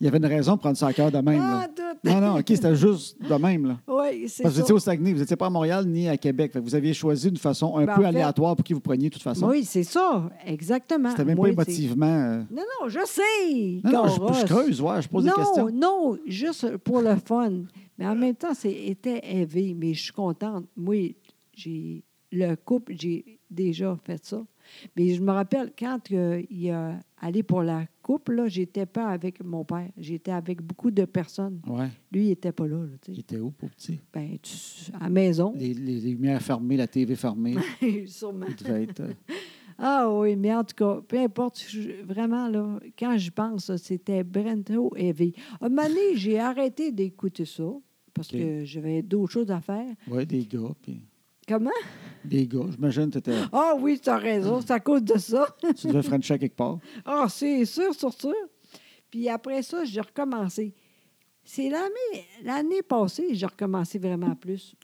Speaker 1: Il y avait une raison de prendre ça à cœur de même.
Speaker 2: Ah,
Speaker 1: là.
Speaker 2: tout.
Speaker 1: Non, non, OK, c'était juste de même. Là.
Speaker 2: Oui,
Speaker 1: Parce que
Speaker 2: c'est
Speaker 1: vous
Speaker 2: ça.
Speaker 1: étiez au Saguenay, vous n'étiez pas à Montréal ni à Québec. Fait que vous aviez choisi une façon un
Speaker 2: Ben, en
Speaker 1: peu
Speaker 2: fait-
Speaker 1: aléatoire pour qui vous preniez de toute façon.
Speaker 2: Oui, c'est ça, exactement.
Speaker 1: C'était même
Speaker 2: Moi,
Speaker 1: pas émotivement. euh,
Speaker 2: c'est- Non, non, je sais.
Speaker 1: Non, non, je- je,
Speaker 2: Corosse.
Speaker 1: creuse, ouais, je pose
Speaker 2: non,
Speaker 1: des questions.
Speaker 2: non, juste pour le fun. Mais en même temps, c'était élevé, mais je suis contente. Moi, j'ai le couple, j'ai déjà fait ça. Mais je me rappelle, quand euh, il a allé pour la coupe, là, j'étais pas avec mon père. J'étais avec beaucoup de personnes.
Speaker 1: Ouais.
Speaker 2: Lui, il n'était pas là. là, tu
Speaker 1: Il
Speaker 2: sais.
Speaker 1: était où, pour petit?
Speaker 2: ben, tu- à la maison,
Speaker 1: Les, les- les lumières fermées, la TV fermée.
Speaker 2: sûrement.
Speaker 1: Il devait être, euh,
Speaker 2: Ah oui, mais en tout cas, peu importe, je- vraiment, là, quand je pense, là, c'était Brento Heavy. À un moment donné, j'ai arrêté d'écouter ça parce
Speaker 1: OK.
Speaker 2: que j'avais d'autres choses à faire.
Speaker 1: ouais, des gars. puis-
Speaker 2: Comment?
Speaker 1: Des gars, j'imagine que t'étais-
Speaker 2: Ah oui, tu as raison, c'est à cause de ça.
Speaker 1: tu devais frencher à quelque part.
Speaker 2: Ah, c'est sûr, sûr, sûr. Puis après ça, j'ai recommencé. C'est l'année, l'année passée, j'ai recommencé vraiment plus.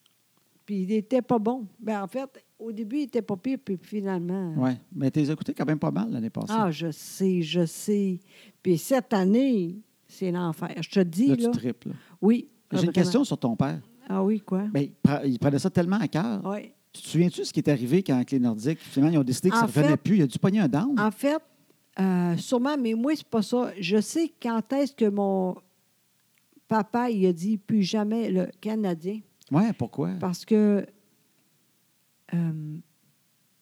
Speaker 2: Puis il n'était pas bon. Ben, en fait, au début, il n'était pas pire, puis finalement.
Speaker 1: Ouais. Mais t'es écouté quand même pas mal l'année passée.
Speaker 2: Ah, je sais, je sais. Puis cette année, c'est l'enfer. Je te dis,
Speaker 1: là,
Speaker 2: là. Ah, ben,
Speaker 1: tu triples. là.
Speaker 2: Oui.
Speaker 1: J'ai une
Speaker 2: vraiment.
Speaker 1: question sur ton père.
Speaker 2: Ah oui, quoi?
Speaker 1: Ben, il, pre- il prenait ça tellement à cœur.
Speaker 2: Oui.
Speaker 1: Tu te souviens-tu de ce qui est arrivé quand avec les Nordiques, finalement, ils ont décidé que
Speaker 2: En
Speaker 1: ça ne revenait
Speaker 2: fait-
Speaker 1: plus? Il a dû pogner un down.
Speaker 2: En fait, euh, sûrement, mais moi, c'est pas ça. Je sais quand est-ce que mon papa, il a dit plus jamais le Canadien.
Speaker 1: Ouais, pourquoi?
Speaker 2: Parce que euh,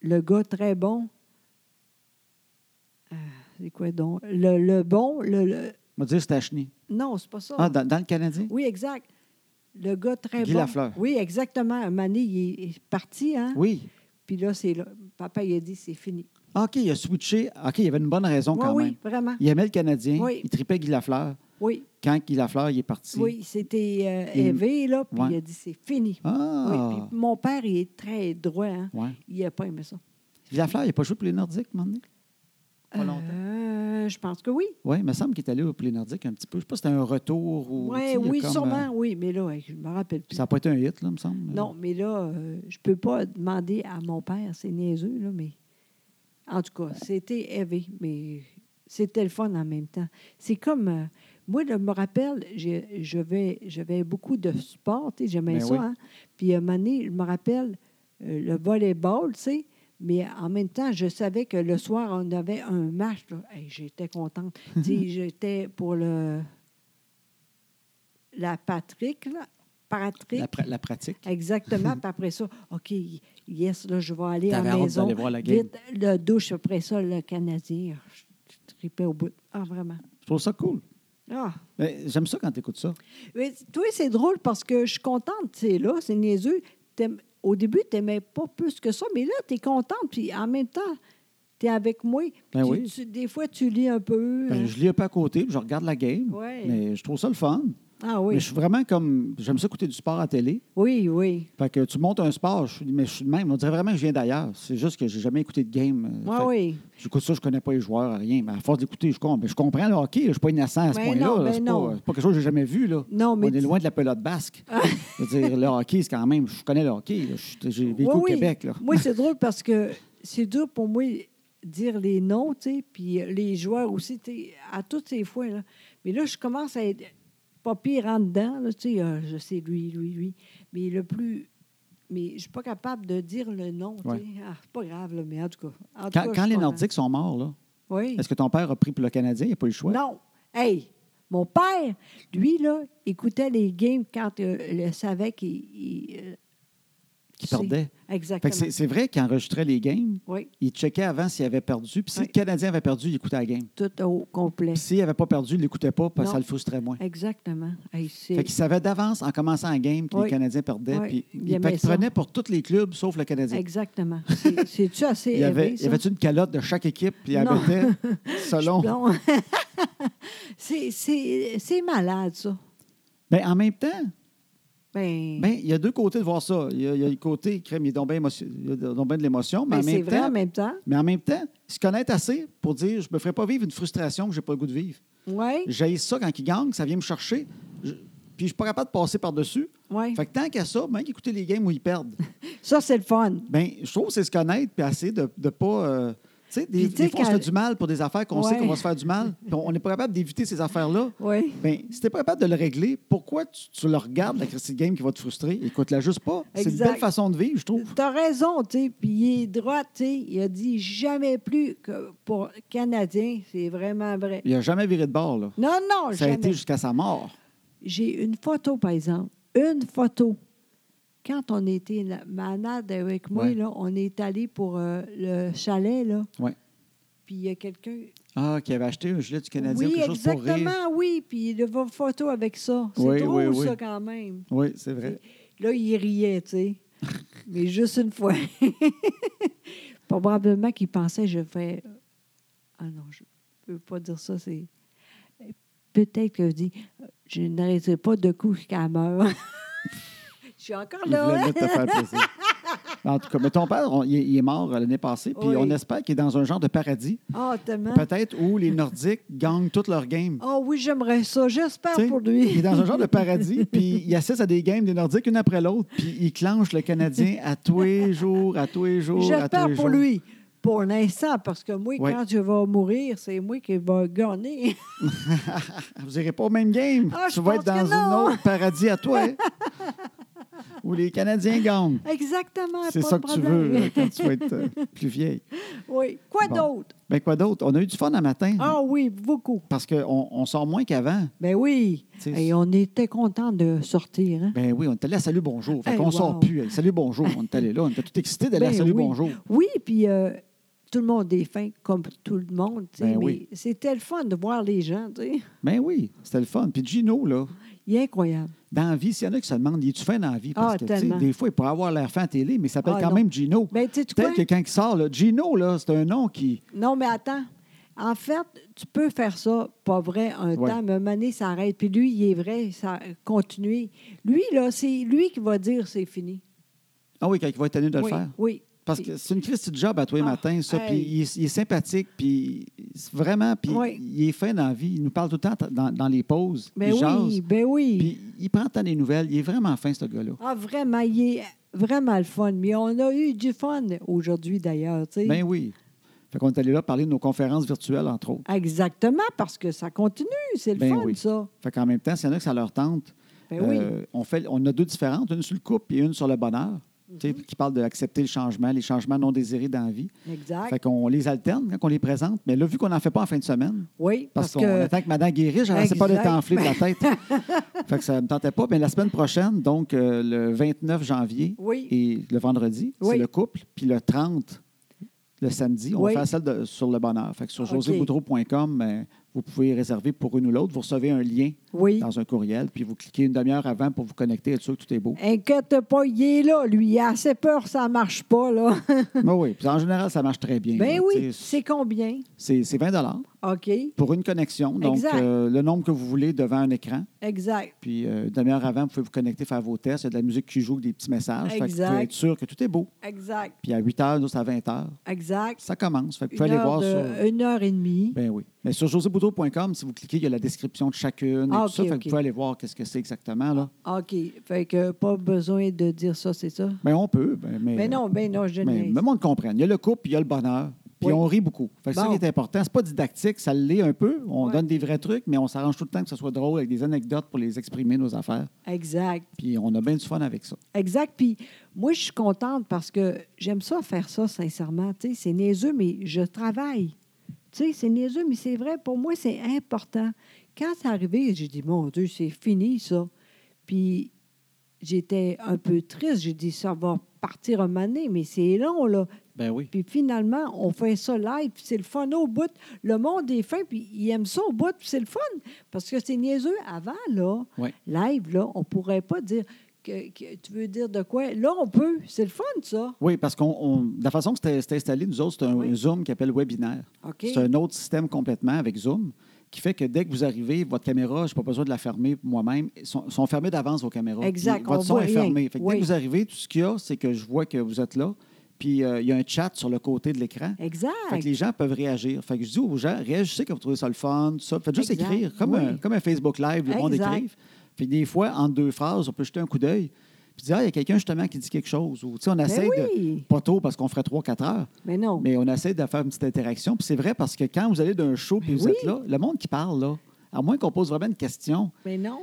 Speaker 2: le gars très bon. euh, c'est quoi donc? Le, le bon, le, le-
Speaker 1: On va dire Stachny.
Speaker 2: Non, c'est pas ça.
Speaker 1: Ah, dans, dans le Canadien?
Speaker 2: Oui, exact. Le gars très
Speaker 1: Guy
Speaker 2: bon.
Speaker 1: Lafleur.
Speaker 2: Oui, exactement. Mané, il est- il est parti, hein?
Speaker 1: Oui.
Speaker 2: Puis là, c'est là. Papa, il a dit, c'est fini.
Speaker 1: Ah, OK, il a switché. OK, il y avait une bonne raison
Speaker 2: Oui,
Speaker 1: quand même.
Speaker 2: oui, vraiment.
Speaker 1: Il aimait le Canadien.
Speaker 2: Oui.
Speaker 1: Il tripait Guy Lafleur.
Speaker 2: Oui,
Speaker 1: Quand Guy Lafleur, il est parti.
Speaker 2: oui, c'était euh,
Speaker 1: Il-
Speaker 2: élevé, là, puis
Speaker 1: Ouais.
Speaker 2: il a dit, c'est fini.
Speaker 1: Ah!
Speaker 2: Oui, puis mon père, il est très droit, hein?
Speaker 1: Ouais.
Speaker 2: Il n'a pas aimé ça.
Speaker 1: Guy Lafleur, il n'a pas joué pour les Nordiques, maintenant? Pas longtemps.
Speaker 2: Euh, je pense que oui.
Speaker 1: Oui, il me semble qu'il est allé pour les Nordiques un petit peu. Je ne sais pas si c'était un retour ou. tu sais,
Speaker 2: Ouais,
Speaker 1: il y a
Speaker 2: oui,
Speaker 1: comme,
Speaker 2: sûrement,
Speaker 1: euh,
Speaker 2: oui. Mais là, ouais, je me rappelle plus.
Speaker 1: ça n'a pas été un hit, là, me semble.
Speaker 2: Non, mais là, euh, je peux pas demander à mon père, c'est niaiseux, là, mais en tout cas, c'était élevé, mais c'était le fun en même temps. C'est comme, euh, moi, là, je me rappelle, j'ai- je vais- j'avais beaucoup de sport, tu sais, j'aimais
Speaker 1: Ben
Speaker 2: ça,
Speaker 1: oui.
Speaker 2: hein. Puis à un moment donné, je me rappelle euh, le volleyball, tu sais, mais en même temps, je savais que le soir, on avait un match, là. Hey, j'étais contente. Tu sais, j'étais pour le... La Patrick, là. Patrick.
Speaker 1: La, pra- la pratique.
Speaker 2: Exactement. Puis après ça, OK, yes, là, je vais aller à
Speaker 1: T'avais
Speaker 2: la
Speaker 1: hâte
Speaker 2: maison.
Speaker 1: d'aller voir la game.
Speaker 2: Vite, le douche, après ça, le Canadien. Ah, Je je tripais au bout. Ah, vraiment.
Speaker 1: Je trouve ça cool.
Speaker 2: Ah.
Speaker 1: Mais J'aime ça quand tu écoutes ça.
Speaker 2: Mais, toi, c'est drôle parce que je suis contente, tu sais, là, c'est niaiseux. T'aimes- Au début, tu n'aimais pas plus que ça, mais là, tu es contente, puis en même temps, tu es avec moi. Puis
Speaker 1: Ben
Speaker 2: tu-
Speaker 1: oui.
Speaker 2: tu- des fois, tu lis un peu.
Speaker 1: Ben,
Speaker 2: hein.
Speaker 1: je lis un peu à côté, puis je regarde la game.
Speaker 2: Ouais.
Speaker 1: Mais je trouve ça le fun.
Speaker 2: Ah oui,
Speaker 1: Mais je suis vraiment comme. J'aime ça écouter du sport à télé.
Speaker 2: oui, oui.
Speaker 1: Fait que tu montes un sport, je suis, mais je suis de même. On dirait vraiment que je viens d'ailleurs. C'est juste que j'ai jamais écouté de game. Euh,
Speaker 2: Ah
Speaker 1: fait que
Speaker 2: oui.
Speaker 1: J'écoute ça, je connais pas les joueurs, rien. Mais à force d'écouter, je, comprends. je comprends le hockey. là. Je suis pas innocent à ce
Speaker 2: Ben
Speaker 1: point-là.
Speaker 2: non,
Speaker 1: là.
Speaker 2: ben
Speaker 1: c'est
Speaker 2: non.
Speaker 1: pas, c'est pas quelque chose que j'ai jamais vu. Là.
Speaker 2: Non,
Speaker 1: On
Speaker 2: mais
Speaker 1: est
Speaker 2: tu- Ah.
Speaker 1: loin de la pelote basque. Je veux dire, le hockey, c'est quand même. Je connais le hockey. là. Je- J'ai vécu
Speaker 2: Oui,
Speaker 1: au
Speaker 2: oui.
Speaker 1: Québec. Là.
Speaker 2: Moi, c'est drôle parce que c'est dur pour moi dire les noms, tu sais, puis les joueurs aussi, tu sais, à toutes ces fois, là. Mais là, je commence à être pas pire en dedans, là, tu sais, euh, je sais lui, lui, lui. Mais le plus... Mais je suis pas capable de dire le nom, tu sais.
Speaker 1: Ouais.
Speaker 2: Ah, c'est pas grave, là, mais en tout cas... en tout
Speaker 1: Quand,
Speaker 2: cas, je
Speaker 1: quand les
Speaker 2: comprends.
Speaker 1: Nordiques sont morts, là,
Speaker 2: Oui.
Speaker 1: est-ce que ton père a pris pour le Canadien? Il n'y a pas eu le choix.
Speaker 2: Non. Hey, mon père, lui, là, écoutait les games quand euh, il savait qu'il... il, euh,
Speaker 1: Qu'il
Speaker 2: tu sais.
Speaker 1: perdait. Fait
Speaker 2: Exactement.
Speaker 1: que c'est c'est vrai qu'il enregistrait les games.
Speaker 2: Oui,
Speaker 1: Il checkait avant s'il avait perdu. Puis si
Speaker 2: Ouais.
Speaker 1: le Canadien avait perdu, il écoutait la game.
Speaker 2: tout au complet.
Speaker 1: Puis s'il n'avait pas perdu, il l'écoutait pas parce que
Speaker 2: Non.
Speaker 1: ça le frustrait moins.
Speaker 2: Exactement. Hey, c'est-
Speaker 1: Fait qu'il savait d'avance en commençant la game que
Speaker 2: Oui.
Speaker 1: les Canadiens perdaient.
Speaker 2: Oui.
Speaker 1: Puis
Speaker 2: Il
Speaker 1: il, fait
Speaker 2: aimait
Speaker 1: qu'il
Speaker 2: ça.
Speaker 1: prenait pour tous les clubs sauf le Canadien.
Speaker 2: Exactement. C'est- C'est-tu assez
Speaker 1: Il y avait,
Speaker 2: élevé,
Speaker 1: il
Speaker 2: ça?
Speaker 1: y avait une calotte de chaque équipe, puis il y
Speaker 2: Non.
Speaker 1: avait selon.
Speaker 2: Non. c'est, c'est, c'est malade, ça.
Speaker 1: Mais en même temps,
Speaker 2: Ben,
Speaker 1: ben, il y a deux côtés de voir ça. Il y a, il y a le côté, crème, il est donc bien émotion- il est donc bien de l'émotion, mais, en
Speaker 2: ben, c'est
Speaker 1: même
Speaker 2: vrai en
Speaker 1: temps,
Speaker 2: même temps.
Speaker 1: mais en même temps, se connaître assez pour dire je me ferai pas vivre une frustration que j'ai pas le goût de vivre.
Speaker 2: Oui,
Speaker 1: J'ai ça quand il gagne, ça vient me chercher, je- puis je suis pas capable de passer par-dessus.
Speaker 2: oui.
Speaker 1: Fait que tant qu'à ça, même écouter les games où ils perdent.
Speaker 2: Ça, c'est le fun.
Speaker 1: Ben, je trouve que c'est se connaître puis essayer de ne pas. euh, tu sais, des,
Speaker 2: Puis tu sais,
Speaker 1: des fois, on se
Speaker 2: quand-
Speaker 1: fait du mal pour des affaires qu'on sait
Speaker 2: Ouais.
Speaker 1: qu'on va se faire du mal. puis on n'est pas capable d'éviter ces affaires-là.
Speaker 2: Oui.
Speaker 1: Ben, si t'es pas capable de le régler, pourquoi tu, tu le regardes, la Christie Game qui va te frustrer? Écoute-la juste pas. C'est une
Speaker 2: Exact.
Speaker 1: belle façon de vivre, je trouve.
Speaker 2: T'as raison, tu sais. Puis il est droit, tu sais. Il a dit jamais plus que pour Canadien. C'est vraiment vrai.
Speaker 1: Il n'a jamais viré de bord, là.
Speaker 2: Non,
Speaker 1: Ça a
Speaker 2: non, Oh, jamais.
Speaker 1: été jusqu'à sa mort.
Speaker 2: J'ai une photo, par exemple. Une photo. Quand on était là, malade avec moi,
Speaker 1: Ouais.
Speaker 2: là, on est allé pour euh, le chalet, là.
Speaker 1: Ouais.
Speaker 2: Puis il y a quelqu'un.
Speaker 1: Ah, qui avait acheté un gilet du Canadien ou
Speaker 2: Oui,
Speaker 1: quelque chose pour rire.
Speaker 2: exactement, oui. Puis il a une photo avec ça. C'est
Speaker 1: Oui,
Speaker 2: drôle,
Speaker 1: oui, oui.
Speaker 2: ça, quand même.
Speaker 1: Oui, c'est vrai.
Speaker 2: Là, il riait, tu sais. Mais juste une fois. Probablement qu'il pensait, je fais. Ah non, je ne peux pas dire ça. c'est... Peut-être qu'il dit, je n'arrêterai pas de coup jusqu'à meurt. je suis encore
Speaker 1: Il voulait
Speaker 2: là. hein?
Speaker 1: mettre te faire plaisir. En tout cas, mais ton père, on- il, est- il est mort l'année passée, puis
Speaker 2: Oui.
Speaker 1: on espère qu'il est dans un genre de paradis,
Speaker 2: Ah, tellement.
Speaker 1: peut-être où les Nordiques gagnent toutes leurs games.
Speaker 2: Ah oui, j'aimerais ça. J'espère
Speaker 1: Tu sais,
Speaker 2: Ah, pour
Speaker 1: Il
Speaker 2: lui.
Speaker 1: est dans un genre de paradis, puis il assiste à des games des Nordiques une après l'autre, puis il clenche le Canadien à tous les jours, à tous les jours, à tous les
Speaker 2: J'espère
Speaker 1: jours.
Speaker 2: pour lui. Pour l'instant, parce que moi,
Speaker 1: Oui.
Speaker 2: quand je vais mourir, c'est moi qui vais gagner.
Speaker 1: Vous n'irez pas au même game.
Speaker 2: Ah, je
Speaker 1: tu vas être dans
Speaker 2: pense que non.
Speaker 1: un autre paradis à toi. hein. Ou les Canadiens gagnent.
Speaker 2: Exactement.
Speaker 1: C'est
Speaker 2: pas
Speaker 1: ça
Speaker 2: de
Speaker 1: que tu veux
Speaker 2: problème.
Speaker 1: euh, quand tu vas être euh, plus vieille.
Speaker 2: Oui. Quoi
Speaker 1: Bon.
Speaker 2: d'autre?
Speaker 1: Ben quoi d'autre? On a eu du fun à matin.
Speaker 2: Ah oui, beaucoup.
Speaker 1: Parce qu'on on sort moins qu'avant.
Speaker 2: Ben oui.
Speaker 1: Tu sais,
Speaker 2: Et on était contents de sortir. hein.
Speaker 1: Ben oui, on est allé à Salut Bonjour. Fait
Speaker 2: Hey,
Speaker 1: qu'on
Speaker 2: wow.
Speaker 1: sort plus. Hey, Salut Bonjour, on est allé là. On était tout excités d'aller à
Speaker 2: Ben
Speaker 1: Salut
Speaker 2: oui.
Speaker 1: Bonjour.
Speaker 2: Oui, puis euh, tout le monde est fin, comme tout le monde. tu sais,
Speaker 1: Ben
Speaker 2: mais
Speaker 1: oui.
Speaker 2: c'était le fun de voir les gens. tu sais.
Speaker 1: Ben oui, c'était le fun. Puis Gino, là,
Speaker 2: Il est incroyable.
Speaker 1: dans la vie, s'il y en a qui se demandent, il est-tu fin dans la vie? Parce
Speaker 2: Ah,
Speaker 1: que, tu sais,
Speaker 2: tellement.
Speaker 1: des fois, il pourrait avoir l'air fin à télé, mais il s'appelle
Speaker 2: Ah,
Speaker 1: quand
Speaker 2: non.
Speaker 1: même Gino.
Speaker 2: Ben, tu sais quoi?
Speaker 1: Peut-être que quand il sort, là, Gino, là, c'est un nom qui.
Speaker 2: Non, mais attends. En fait, tu peux faire ça, pas vrai, un
Speaker 1: Ouais.
Speaker 2: temps, mais un moment donné, ça arrête. Puis lui, il est vrai, ça continue. Lui, là, c'est lui qui va dire c'est fini.
Speaker 1: Ah oui, quand il va être tenu de le
Speaker 2: oui,
Speaker 1: faire.
Speaker 2: oui.
Speaker 1: Parce que c'est une crise de job à tous les
Speaker 2: Ah,
Speaker 1: matins, ça. Puis
Speaker 2: hey.
Speaker 1: il, est- il est sympathique, puis c'est vraiment, puis
Speaker 2: Oui.
Speaker 1: il est fin dans la vie. Il nous parle tout le temps t- dans, dans les pauses.
Speaker 2: Ben
Speaker 1: il
Speaker 2: oui,
Speaker 1: jase.
Speaker 2: ben oui.
Speaker 1: Puis il prend tant des nouvelles. Il est vraiment fin, ce gars-là.
Speaker 2: Ah, vraiment, il est vraiment le fun. Mais on a eu du fun aujourd'hui, d'ailleurs, tu sais.
Speaker 1: Ben oui. Fait qu'on est allé là parler de nos conférences virtuelles, entre autres.
Speaker 2: Exactement, parce que ça continue. C'est le
Speaker 1: Ben
Speaker 2: fun,
Speaker 1: oui.
Speaker 2: ça.
Speaker 1: Fait qu'en même temps, s'il y en a que ça leur tente,
Speaker 2: Ben oui.
Speaker 1: euh, on, fait, on a deux différentes, une sur le couple et une sur le bonheur, tu sais,
Speaker 2: Mhm.
Speaker 1: qui parle de accepter le changement, les changements non désirés dans la vie.
Speaker 2: Exact.
Speaker 1: Fait qu'on les alterne quand on les présente, mais là, vu qu'on n'en fait pas en fin de semaine,
Speaker 2: oui,
Speaker 1: Parce,
Speaker 2: parce,
Speaker 1: qu'on
Speaker 2: que.
Speaker 1: attend que Madame guérisse, elle pas d'être
Speaker 2: Exact.
Speaker 1: enflée de la tête. fait que ça ne me tentait pas. Mais la semaine prochaine, donc euh, le 29 janvier
Speaker 2: Oui.
Speaker 1: et le vendredi, c'est
Speaker 2: Oui.
Speaker 1: le couple. Puis le 30, le samedi, on
Speaker 2: Oui. Ah,
Speaker 1: va faire celle de- sur le bonheur. Fait que sur
Speaker 2: OK.
Speaker 1: joséboudreau.com, euh, vous pouvez réserver pour une ou l'autre. Vous recevez un lien
Speaker 2: Oui.
Speaker 1: dans un courriel, puis vous cliquez une demi-heure avant pour vous connecter, être sûr que tout est beau.
Speaker 2: Inquiète pas, il est là, lui. Il a assez peur, ça marche pas, là.
Speaker 1: Mais oui, puis en général, ça marche très bien.
Speaker 2: ben
Speaker 1: là.
Speaker 2: oui,
Speaker 1: euh, Tu sais,
Speaker 2: c'est combien?
Speaker 1: C'est c'est 20
Speaker 2: OK,
Speaker 1: pour une connexion, donc
Speaker 2: Exact.
Speaker 1: euh, le nombre que vous voulez devant un écran.
Speaker 2: exact.
Speaker 1: Puis euh, une demi-heure avant, vous pouvez vous connecter, faire vos tests. Il y a de la musique qui joue, des petits messages. Fait que vous
Speaker 2: Exact.
Speaker 1: pouvez être sûr que tout est beau.
Speaker 2: Exact,
Speaker 1: Puis à 8 h, nous, c'est à 20 h.
Speaker 2: exact.
Speaker 1: Ça commence. Fait que vous
Speaker 2: Une
Speaker 1: pouvez aller
Speaker 2: heure,
Speaker 1: voir
Speaker 2: de- E.
Speaker 1: sur.
Speaker 2: une heure et demie.
Speaker 1: Ben oui. Mais sur joséboudreau.com, si vous cliquez, il y a la description de chacune et
Speaker 2: Ah,
Speaker 1: tout ça.
Speaker 2: OK,
Speaker 1: Fait que
Speaker 2: OK.
Speaker 1: vous pouvez aller voir qu'est-ce que c'est exactement. Là.
Speaker 2: OK, fait que pas besoin de dire ça, c'est ça?
Speaker 1: Ben, on peut. ben, mais,
Speaker 2: Mais non, ben non, je
Speaker 1: Mais
Speaker 2: n'ai
Speaker 1: le monde comprenne. Il y a le couple, puis il y a le bonheur. Puis
Speaker 2: Oui.
Speaker 1: on rit beaucoup. Fait que C'est ça
Speaker 2: Bon.
Speaker 1: qui est important. C'est pas didactique, ça l'est un peu. On
Speaker 2: Ouais.
Speaker 1: donne des vrais trucs, mais on s'arrange tout le temps que ce soit drôle avec des anecdotes pour les exprimer, nos affaires.
Speaker 2: Exact,
Speaker 1: Puis on a bien du fun avec ça.
Speaker 2: exact. Puis moi, je suis contente parce que j'aime ça faire ça, sincèrement. Tu sais, c'est niaiseux, mais je travaille. Tu sais, c'est niaiseux, mais c'est vrai, pour moi, c'est important. Quand c'est arrivé, j'ai dit, mon Dieu, c'est fini, ça. Puis j'étais un peu triste. J'ai dit, ça va partir un moment donné, mais c'est long, là.
Speaker 1: Ben oui.
Speaker 2: Puis finalement, on fait ça live, puis c'est le fun au bout. Le monde est fin, puis il aime ça au bout, puis c'est le fun. Parce que c'est niaiseux. Avant, là,
Speaker 1: Ouais.
Speaker 2: live, là, on pourrait pas dire que, que- tu veux dire de quoi. Là, on peut. C'est le fun, ça.
Speaker 1: Oui, parce qu'on, on- de la façon que c'était c'était installé, nous autres, c'est un
Speaker 2: Oui.
Speaker 1: Zoom qui appelle webinaire.
Speaker 2: OK.
Speaker 1: C'est un autre système complètement avec Zoom qui fait que dès que vous arrivez, votre caméra, je n'ai pas besoin de la fermer moi-même, Ils sont, sont fermés d'avance vos caméras.
Speaker 2: Exact,
Speaker 1: Puis Votre
Speaker 2: on
Speaker 1: son
Speaker 2: voit
Speaker 1: est
Speaker 2: rien.
Speaker 1: fermé. Fait que Dès
Speaker 2: Oui.
Speaker 1: que vous arrivez, tout ce qu'il y a, c'est que je vois que vous êtes là. Puis euh, il y a un chat sur le côté de l'écran.
Speaker 2: Exact.
Speaker 1: Fait que les gens peuvent réagir. Fait que je dis aux gens, réagissez quand vous trouvez ça le fun, tout ça. Faites juste
Speaker 2: Exact,
Speaker 1: écrire, comme,
Speaker 2: oui.
Speaker 1: un, comme un Facebook Live, le monde
Speaker 2: Exact.
Speaker 1: écrive. Puis des fois, en deux phrases, on peut jeter un coup d'œil. Puis dire, ah, il y a quelqu'un justement qui dit quelque chose. Ou, tu sais, on essaie de.
Speaker 2: Ben oui. Oh.
Speaker 1: Pas tôt parce qu'on ferait trois, quatre heures.
Speaker 2: Mais non.
Speaker 1: Mais on essaie de faire une petite interaction. Puis c'est vrai parce que quand vous allez d'un show puis vous
Speaker 2: Ben oui.
Speaker 1: êtes là, le monde qui parle, là, à moins qu'on pose vraiment une question,
Speaker 2: Mais non,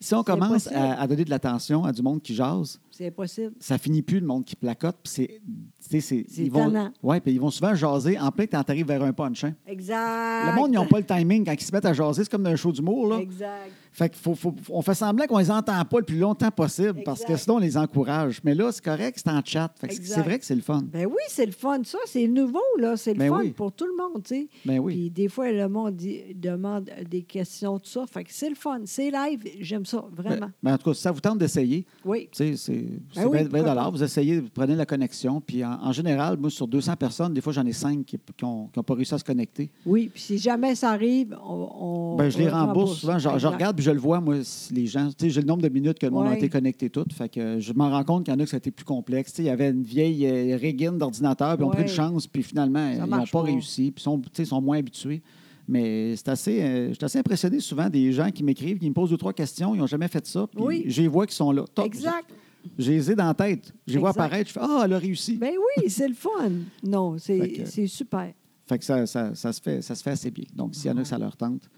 Speaker 1: si on
Speaker 2: C'est
Speaker 1: commence
Speaker 2: impossible.
Speaker 1: à, à donner de l'attention à du monde qui jase,
Speaker 2: c'est impossible.
Speaker 1: ça finit plus le monde qui placote. Puis c'est. tu sais, c'est-
Speaker 2: C'est
Speaker 1: ils vont,
Speaker 2: tannant.
Speaker 1: ouais, puis ils vont souvent jaser en plein quand t'arrives vers un punch. hein.
Speaker 2: Exact.
Speaker 1: Le monde, ils n'ont pas le timing. Quand ils se mettent à jaser, c'est comme d'un show d'humour. Là.
Speaker 2: Exact.
Speaker 1: Fait qu'il faut, faut- on fait semblant qu'on les entend pas le plus longtemps possible parce que
Speaker 2: Exact.
Speaker 1: sinon, on les encourage. Mais là, c'est correct, c'est en chat. Fait que c'est-
Speaker 2: Exact.
Speaker 1: c'est vrai que c'est le fun.
Speaker 2: Ben oui, c'est le fun, ça. C'est nouveau, là. C'est le
Speaker 1: Ben
Speaker 2: fun
Speaker 1: oui.
Speaker 2: pour tout le monde, tu sais.
Speaker 1: Ben oui.
Speaker 2: Puis des fois, le monde dit- demande des questions, tout ça. Fait que c'est le fun. C'est live. J'aime ça,
Speaker 1: Mais,
Speaker 2: vraiment.
Speaker 1: mais Ben, en tout cas, si ça vous tente d'essayer,
Speaker 2: oui.
Speaker 1: tu sais, c'est c'est
Speaker 2: oui,
Speaker 1: 20,
Speaker 2: pourquoi
Speaker 1: 20 dollars. Vous essayez, vous prenez la connexion. Puis en, en général, moi, sur 200 personnes, des fois, j'en ai 5 qui n'ont pas réussi à se connecter.
Speaker 2: Oui. Puis si jamais ça arrive, on. on-
Speaker 1: Ben, je les
Speaker 2: on
Speaker 1: rembourse souvent. Je, je
Speaker 2: Exact.
Speaker 1: regarde puis je le vois, moi, si les gens. Tu sais, j'ai le nombre de minutes que le monde a
Speaker 2: Ouais.
Speaker 1: été connecté tout. Fait que je m'en rends compte qu'il y en a que ça a été plus complexe. Tu sais, il y avait une vieille euh, régine d'ordinateur, puis on a pris une
Speaker 2: Ouais.
Speaker 1: chance, puis finalement, ils n'ont pas,
Speaker 2: marche pas.
Speaker 1: réussi, puis ils sont, tu sais, ils sont moins habitués. Mais c'est assez. euh, je suis assez impressionné souvent des gens qui m'écrivent, qui me posent deux, trois questions, ils n'ont jamais fait ça. Puis
Speaker 2: Oui.
Speaker 1: je les vois qui sont là. Top.
Speaker 2: Exact.
Speaker 1: Je je les ai dans la tête. Je les vois
Speaker 2: Exact.
Speaker 1: apparaître, je fais Ah, elle a réussi.
Speaker 2: Ben oui, c'est le fun. Non,
Speaker 1: Fait que-
Speaker 2: c'est c'est super.
Speaker 1: Fait que ça, ça, ça se fait, ça se fait assez bien. Donc, s'il y en a que ça leur tente.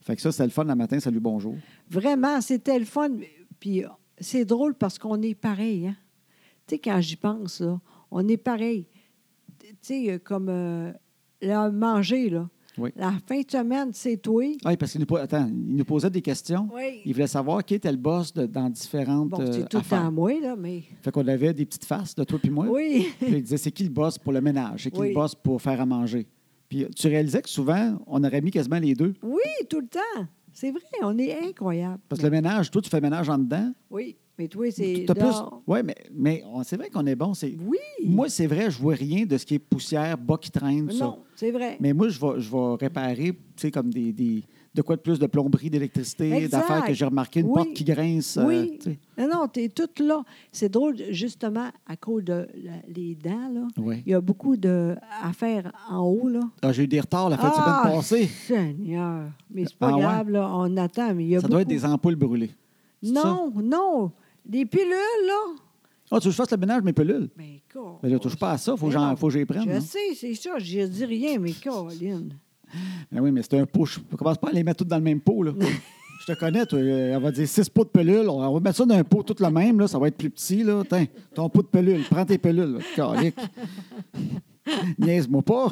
Speaker 1: Fait que ça, c'est le fun le matin, salut, bonjour.
Speaker 2: Vraiment, c'était le fun. Puis c'est drôle parce qu'on est pareil. Hein? Tu sais, quand j'y pense, là, on est pareil. Tu sais, euh, comme euh, là, manger, là.
Speaker 1: Oui.
Speaker 2: La fin de semaine, c'est toi.
Speaker 1: Oui, parce qu'il nous, po- attends, il nous posait des questions.
Speaker 2: Oui.
Speaker 1: Il voulait savoir qui était le boss de- dans différentes
Speaker 2: Bon,
Speaker 1: euh,
Speaker 2: c'est tout le
Speaker 1: affaires.
Speaker 2: temps moi, là, mais.
Speaker 1: Fait qu'on avait des petites faces de toi puis moi.
Speaker 2: Oui.
Speaker 1: Puis il disait, c'est qui le boss pour le ménage? C'est qui
Speaker 2: Oui.
Speaker 1: le boss pour faire à manger? Puis euh, tu réalisais que souvent, on aurait mis quasiment les deux.
Speaker 2: Oui, tout le temps. C'est vrai, on est incroyable.
Speaker 1: Parce que le ménage, toi, tu fais le ménage en dedans.
Speaker 2: Oui, mais toi, c'est.
Speaker 1: Tu as plus...
Speaker 2: dehors.
Speaker 1: Oui, mais, mais on- c'est vrai qu'on est bon. C'est...
Speaker 2: Oui.
Speaker 1: Moi, c'est vrai, je vois rien de ce qui est poussière, bas qui traîne, ça.
Speaker 2: Non, c'est vrai.
Speaker 1: Mais moi, je vais, je vais réparer, tu sais, comme des, des- de quoi de plus, de plomberie, d'électricité,
Speaker 2: Exact.
Speaker 1: d'affaires que j'ai remarqué, une
Speaker 2: Oui.
Speaker 1: porte qui grince. euh,
Speaker 2: oui.
Speaker 1: tu sais.
Speaker 2: Non, non, t'es toute là. C'est drôle, justement, à cause de la- les dents, là.
Speaker 1: Oui.
Speaker 2: Il y a beaucoup d'affaires en haut, là.
Speaker 1: Ah, j'ai eu des retards la fin
Speaker 2: Ah,
Speaker 1: de semaine passée.
Speaker 2: Seigneur. Mais c'est pas
Speaker 1: Ah ouais?
Speaker 2: grave, là. On attend, mais il y a
Speaker 1: Ça doit être
Speaker 2: beaucoup-
Speaker 1: des ampoules brûlées. C'est ça?
Speaker 2: Non, non. Les pilules, là.
Speaker 1: Ah, tu veux que je fasse le ménage, mes pelules?
Speaker 2: Mais quoi?
Speaker 1: Ben là, touche pas à ça, faut que j'en- faut que j'y prenne.
Speaker 2: Je
Speaker 1: hein.
Speaker 2: sais, c'est ça. Je dis rien, mais Caroline.
Speaker 1: Ben oui, mais c'est un pot. Je ne commence pas à les mettre toutes dans le même pot. Là. je te connais, toi. euh, Elle va dire six pots de pelules. On va mettre ça dans un pot tout le même. Là. Ça va être plus petit. Là. Tiens, ton pot de pelule. Prends tes pelules. là. Calique. Niaise-moi pas.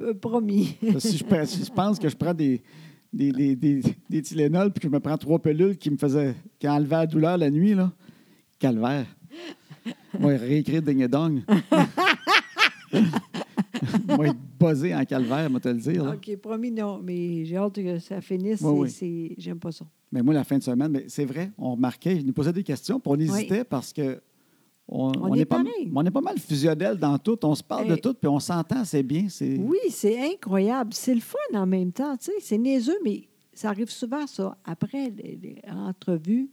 Speaker 2: Euh, Promis.
Speaker 1: Parce que Si je, prends- si je pense que je prends des, des, des, des, des Tylenol puis que je me prends trois pelules qui me faisaient qui enlevaient la douleur la nuit, là. Calvaire. Moi, réécrire Ding Dong. Moi, être buzzé en calvaire, moi, te le dire. là.
Speaker 2: OK, promis, non. Mais j'ai hâte que ça finisse.
Speaker 1: Oui,
Speaker 2: c'est-
Speaker 1: oui.
Speaker 2: c'est- J'aime pas ça.
Speaker 1: Mais moi, la fin de semaine, mais c'est vrai, on remarquait, il nous posait des questions, puis on hésitait parce que on,
Speaker 2: On est
Speaker 1: pas,
Speaker 2: pareil.
Speaker 1: on est pas mal fusionnel dans tout, on se parle de
Speaker 2: Hey.
Speaker 1: tout, puis on s'entend, c'est bien. C'est...
Speaker 2: Oui, c'est incroyable. C'est le fun en même temps. tu sais. C'est niaiseux, mais ça arrive souvent, ça. Après les, les entrevues,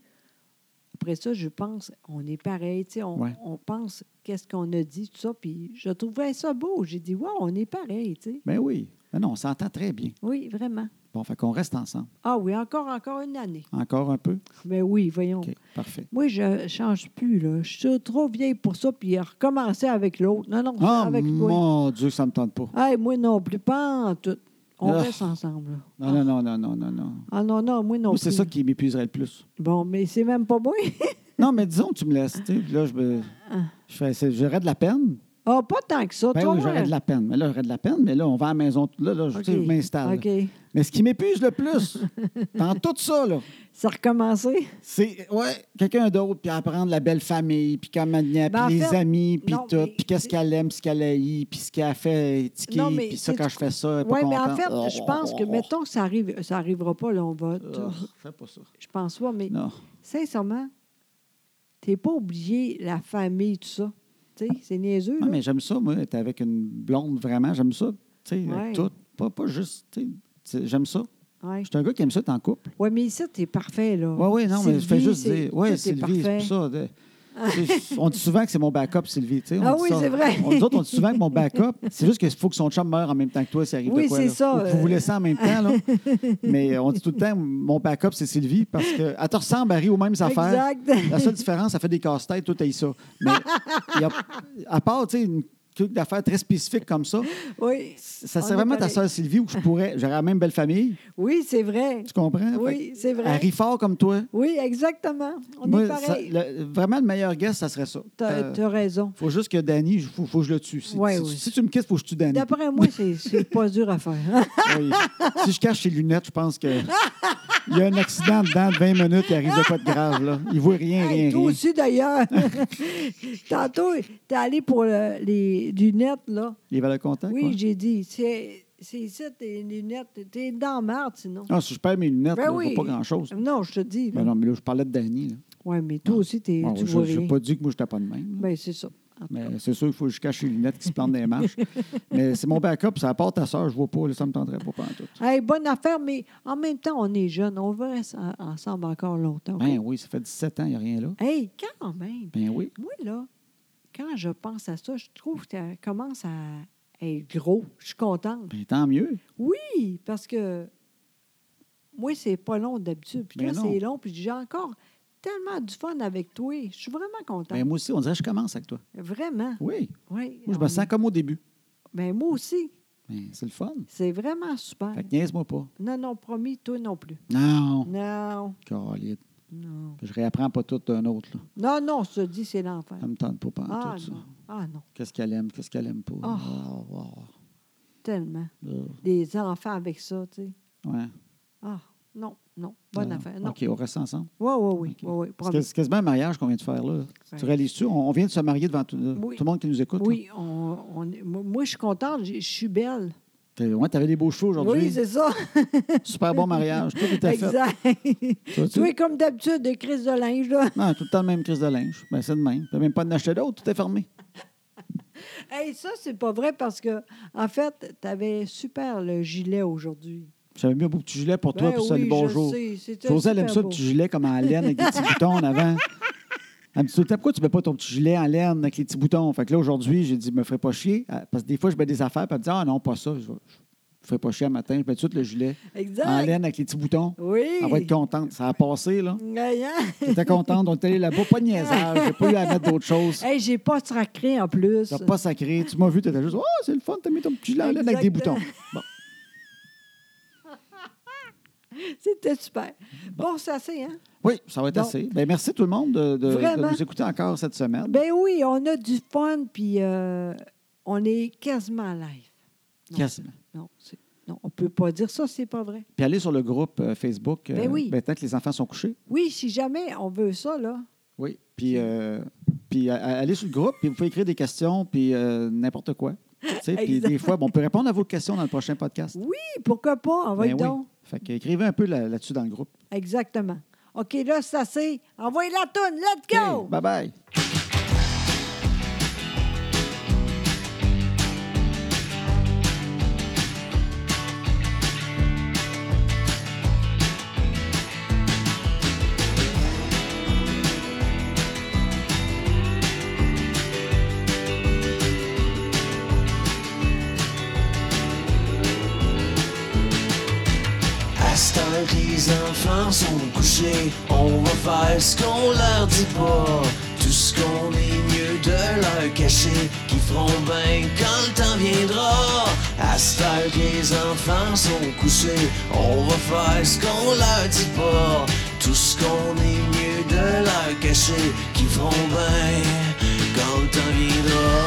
Speaker 2: après ça, je pense, on est pareil. tu sais, On,
Speaker 1: Ouais.
Speaker 2: on pense qu'est-ce qu'on a dit, tout ça. Puis je trouvais ça beau. J'ai dit, wow, on est pareil. tu sais.
Speaker 1: Ben oui, Ben non, on s'entend très bien.
Speaker 2: Oui, vraiment.
Speaker 1: Bon, fait qu'on reste ensemble.
Speaker 2: Ah oui, encore, encore une année.
Speaker 1: Encore un peu?
Speaker 2: Mais oui, voyons.
Speaker 1: OK, parfait.
Speaker 2: Moi, je change plus. Là. Je suis trop vieille pour ça, puis recommencer avec l'autre. Non, non,
Speaker 1: Ah,
Speaker 2: avec moi.
Speaker 1: mon Dieu, ça me tente pas.
Speaker 2: Hey, moi non plus, pas en tout. On
Speaker 1: Ah.
Speaker 2: reste ensemble. là.
Speaker 1: Non, non, non, non, non, non, non.
Speaker 2: Ah non, non, moi non
Speaker 1: Moi,
Speaker 2: plus.
Speaker 1: c'est ça qui m'épuiserait le plus.
Speaker 2: Bon, mais c'est même pas moi.
Speaker 1: Non, mais disons que tu me laisses, tu sais, puis là, je, me- je fais, c'est- j'aurais de la peine.
Speaker 2: Ah, pas tant que ça,
Speaker 1: Ben
Speaker 2: toi. hein?
Speaker 1: oui, j'aurais de la peine. Mais là, j'aurais de la peine, mais là, on va à la maison, là, là, je, tu sais, je m'installe.
Speaker 2: OK.
Speaker 1: Mais ce qui m'épuise le plus dans tout ça, là,
Speaker 2: Ça a recommencé?
Speaker 1: c'est ouais, quelqu'un d'autre, puis apprendre la belle famille, puis comment elle venait, puis
Speaker 2: Ben, en
Speaker 1: les
Speaker 2: fait,
Speaker 1: amis, puis
Speaker 2: non,
Speaker 1: tout,
Speaker 2: mais
Speaker 1: puis qu'est-ce
Speaker 2: c'est-
Speaker 1: qu'elle aime, ce qu'elle haït, puis ce qu'elle a fait tiquer,
Speaker 2: Non, mais
Speaker 1: puis ça,
Speaker 2: c'est-
Speaker 1: quand je fais ça, elle est pas
Speaker 2: Oui, mais en
Speaker 1: contente.
Speaker 2: fait,
Speaker 1: Oh,
Speaker 2: je pense que,
Speaker 1: oh, oh.
Speaker 2: mettons que ça arrive, ça arrivera pas, là, on va.
Speaker 1: Ah, fais pas ça.
Speaker 2: Je pense pas, mais
Speaker 1: Non.
Speaker 2: sincèrement, t'es pas obligé, la famille, tout ça. Tu sais, c'est niaiseux,
Speaker 1: Non,
Speaker 2: là.
Speaker 1: mais j'aime ça, moi, être avec une blonde, vraiment. J'aime ça, tu sais,
Speaker 2: Ouais.
Speaker 1: avec tout. Pas, pas juste, tu sais, c'est- j'aime ça.
Speaker 2: Ouais.
Speaker 1: Je suis un gars qui aime ça, être en couple.
Speaker 2: Oui, mais ici, t'es parfait, là.
Speaker 1: Oui, oui, non, mais je fais
Speaker 2: Sylvie,
Speaker 1: juste
Speaker 2: c'est-
Speaker 1: dire. Oui,
Speaker 2: tout est
Speaker 1: Sylvie, c'est
Speaker 2: parfait.
Speaker 1: pour ça. de- tu sais, on dit souvent que c'est mon backup, Sylvie. tu sais, on
Speaker 2: Ah
Speaker 1: dit
Speaker 2: oui,
Speaker 1: ça.
Speaker 2: c'est vrai.
Speaker 1: On, nous autres, on dit souvent que mon backup, c'est juste qu'il faut que son chum meure en même temps que toi, ça arrive
Speaker 2: Oui,
Speaker 1: de quoi.
Speaker 2: c'est
Speaker 1: là.
Speaker 2: ça,
Speaker 1: Ou que vous
Speaker 2: euh.
Speaker 1: vous laissez en même temps. Là. Mais on dit tout le temps, mon backup, c'est Sylvie, parce qu'elle te ressemble, Harry, aux mêmes affaires.
Speaker 2: Exact.
Speaker 1: La seule différence, ça fait des casse-têtes, toi, t'as ça. Mais il y a- à part, tu sais, une truc d'affaires très spécifique comme ça,
Speaker 2: Oui,
Speaker 1: ça
Speaker 2: On
Speaker 1: serait
Speaker 2: est
Speaker 1: vraiment ta
Speaker 2: pareil.
Speaker 1: sœur Sylvie où je pourrais, j'aurais la même belle famille,
Speaker 2: oui c'est vrai.
Speaker 1: tu comprends?
Speaker 2: Oui, c'est vrai.
Speaker 1: Elle rit fort comme toi.
Speaker 2: Oui, exactement. On
Speaker 1: Moi,
Speaker 2: est
Speaker 1: ça-
Speaker 2: pareil.
Speaker 1: le- vraiment, le meilleur guest, ça serait ça.
Speaker 2: T'as
Speaker 1: Euh,
Speaker 2: t'as raison.
Speaker 1: faut juste que Danny, il faut, faut que je le tue. Si,
Speaker 2: Ouais,
Speaker 1: si-
Speaker 2: oui.
Speaker 1: si tu me quittes, faut que je tue Danny.
Speaker 2: D'après moi, c'est- c'est pas dur à faire. hein?
Speaker 1: Oui. si je cache ses lunettes, je pense que il y a un accident dedans de 20 minutes, il arrive de pas de grave. Là. Il voit rien,
Speaker 2: Hey,
Speaker 1: rien,
Speaker 2: toi
Speaker 1: rien.
Speaker 2: aussi, d'ailleurs. Tantôt, t'es allé pour le- les lunettes, là.
Speaker 1: Il va le contact.
Speaker 2: Oui,
Speaker 1: ouais.
Speaker 2: j'ai dit, c'est c'est ici, tes lunettes. T'es dans la marde, sinon.
Speaker 1: Ah, si je perds mes lunettes,
Speaker 2: Ben
Speaker 1: là,
Speaker 2: oui.
Speaker 1: je vois pas grand-chose.
Speaker 2: Non, je te dis.
Speaker 1: Ben non, mais là, je parlais de Danny. Là.
Speaker 2: Oui, mais toi aussi, t'es-
Speaker 1: Bon,
Speaker 2: tu
Speaker 1: je
Speaker 2: vois
Speaker 1: n'ai
Speaker 2: rien.
Speaker 1: pas dit que moi, je n'étais pas de même. là.
Speaker 2: Ben, c'est ça. En tout cas.
Speaker 1: Mais c'est sûr qu'il faut que je cache les lunettes qui se plantent dans les marches. mais c'est mon backup, ça apporte ta soeur, je vois pas, là, ça me tenterait pas pendant tout.
Speaker 2: Hey, bonne affaire, mais en même temps, on est jeunes. On va rester en- ensemble encore longtemps. OK?
Speaker 1: Ben oui, ça fait 17 ans, il n'y a rien là.
Speaker 2: Hey, quand même.
Speaker 1: Ben oui.
Speaker 2: Moi, là, quand je pense à ça, je trouve que ça commence à être gros. Je suis contente.
Speaker 1: Ben tant mieux.
Speaker 2: Oui, parce que moi, c'est pas long d'habitude. Puis
Speaker 1: Ben
Speaker 2: là,
Speaker 1: non.
Speaker 2: c'est long. Puis j'ai encore tellement du fun avec toi. Je suis vraiment contente.
Speaker 1: Ben moi aussi, on dirait que je commence avec toi.
Speaker 2: Vraiment.
Speaker 1: Oui.
Speaker 2: Oui.
Speaker 1: Moi, je
Speaker 2: on-
Speaker 1: me sens comme au début.
Speaker 2: Ben, moi aussi.
Speaker 1: Ben, c'est le fun.
Speaker 2: C'est vraiment super.
Speaker 1: Fait que niaise-moi pas.
Speaker 2: Non, non, promis, toi non plus.
Speaker 1: Non.
Speaker 2: Non.
Speaker 1: Caroline.
Speaker 2: Non.
Speaker 1: Je réapprends pas tout d'un autre. Là.
Speaker 2: Non, non, je te dis, c'est l'enfer.
Speaker 1: Ça me tente pas pendant
Speaker 2: Ah
Speaker 1: tout ça.
Speaker 2: non. Ah non,
Speaker 1: Qu'est-ce qu'elle aime, qu'est-ce qu'elle aime pas.
Speaker 2: Oh.
Speaker 1: Ah, ah,
Speaker 2: tellement.
Speaker 1: ah, ah.
Speaker 2: Des enfants avec ça, tu sais.
Speaker 1: Ouais.
Speaker 2: Ah, non, non. Bonne
Speaker 1: Ah,
Speaker 2: affaire. Non.
Speaker 1: OK, on reste ensemble.
Speaker 2: Oui, oui, oui.
Speaker 1: OK.
Speaker 2: Oui,
Speaker 1: C'est quas- c'est quasiment un mariage qu'on vient de faire, là.
Speaker 2: Ouais.
Speaker 1: Tu réalises-tu? On, on vient de se marier devant tout,
Speaker 2: Oui.
Speaker 1: tout le monde qui nous écoute.
Speaker 2: Oui, on, on est- moi, moi, je suis contente. j'ai- Je suis belle.
Speaker 1: Tu ouais, t'avais des beaux cheveux
Speaker 2: Oui,
Speaker 1: aujourd'hui.
Speaker 2: c'est ça.
Speaker 1: Super bon mariage. Tout était fait.
Speaker 2: exact.
Speaker 1: Tu vois, tu-
Speaker 2: Tu es comme d'habitude, des crises de linge, là.
Speaker 1: Non, tout le temps le même crise de linge. Ben, c'est de même. T'as même pas en acheter d'autres. Tout est fermé.
Speaker 2: Hey, ça, c'est pas vrai parce que, en fait, tu avais super le gilet aujourd'hui.
Speaker 1: J'avais mis un beau petit gilet pour toi
Speaker 2: Ben
Speaker 1: pour saluer
Speaker 2: oui,
Speaker 1: bonjour.
Speaker 2: Je sais, c'était
Speaker 1: Josée, elle aime
Speaker 2: super
Speaker 1: ça, le
Speaker 2: beau.
Speaker 1: petit gilet comme en laine avec des petits boutons en avant. Elle me dit tout le temps, pourquoi tu mets pas ton petit gilet en laine avec les petits boutons? Fait que là, aujourd'hui, j'ai dit, me ferai pas chier. Euh, Parce que des fois, je mets des affaires, puis elle me dit, ah non, pas ça. Je, vais- je ferai pas chier le matin. Je mets tout de suite le gilet
Speaker 2: Exact.
Speaker 1: en laine avec les petits boutons.
Speaker 2: Oui.
Speaker 1: Elle va être contente. Ça a passé, là.
Speaker 2: Hey, hein?
Speaker 1: J'étais contente. On est allé là-bas, pas de niaisage. J'ai pas eu à mettre d'autre chose.
Speaker 2: Hey, j'ai pas sacré en plus.
Speaker 1: T'as pas sacré. Tu m'as vu, t'étais juste, oh, c'est le fun, t'as mis ton petit gilet en laine avec des
Speaker 2: Exactement.
Speaker 1: boutons. Bon.
Speaker 2: C'était super. Bon, ça c'est, hein?
Speaker 1: Oui, ça va être
Speaker 2: Bon.
Speaker 1: assez. Ben, merci tout le monde de, de- de
Speaker 2: Vraiment.
Speaker 1: nous écouter encore cette semaine.
Speaker 2: Ben oui, on a du fun, puis euh, on est quasiment live. Non,
Speaker 1: Quasiment.
Speaker 2: c'est- Non, c'est- non, on peut pas dire ça, c'est pas vrai.
Speaker 1: Puis aller sur le groupe euh, Facebook euh,
Speaker 2: Ben oui.
Speaker 1: maintenant que les enfants sont couchés.
Speaker 2: Oui, si jamais on veut ça, là.
Speaker 1: Oui. Puis, euh, puis euh, allez sur le groupe, puis vous pouvez écrire des questions, puis euh, n'importe quoi. Tu sais, puis
Speaker 2: Exact.
Speaker 1: des fois, bon, on peut répondre à vos questions dans le prochain podcast.
Speaker 2: Hey, pourquoi pas? On va
Speaker 1: Ben oui.
Speaker 2: donc.
Speaker 1: Fait que écrivez un peu là- là-dessus dans le groupe.
Speaker 2: Exactement. OK, là, ça c'est. Envoyez la toune, let's go!
Speaker 1: OK, bye bye.
Speaker 3: À ce temps que les enfants sont couchés, on va faire ce qu'on leur dit pas. Tout ce qu'on est mieux de leur cacher, qui feront bien quand le temps viendra. À ce temps que les enfants sont couchés, on va faire ce qu'on leur dit pas. Tout ce qu'on est mieux de leur cacher, qui feront bien quand le temps viendra.